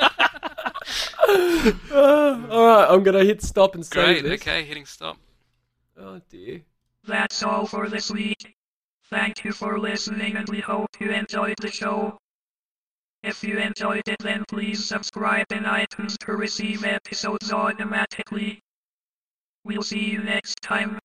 Uh, all right, I'm gonna hit stop and save
Great.
this.
Okay, hitting stop.
Oh dear.
That's all for this week. Thank you for listening and we hope you enjoyed the show. If you enjoyed it then please subscribe in iTunes to receive episodes automatically. We'll see you next time.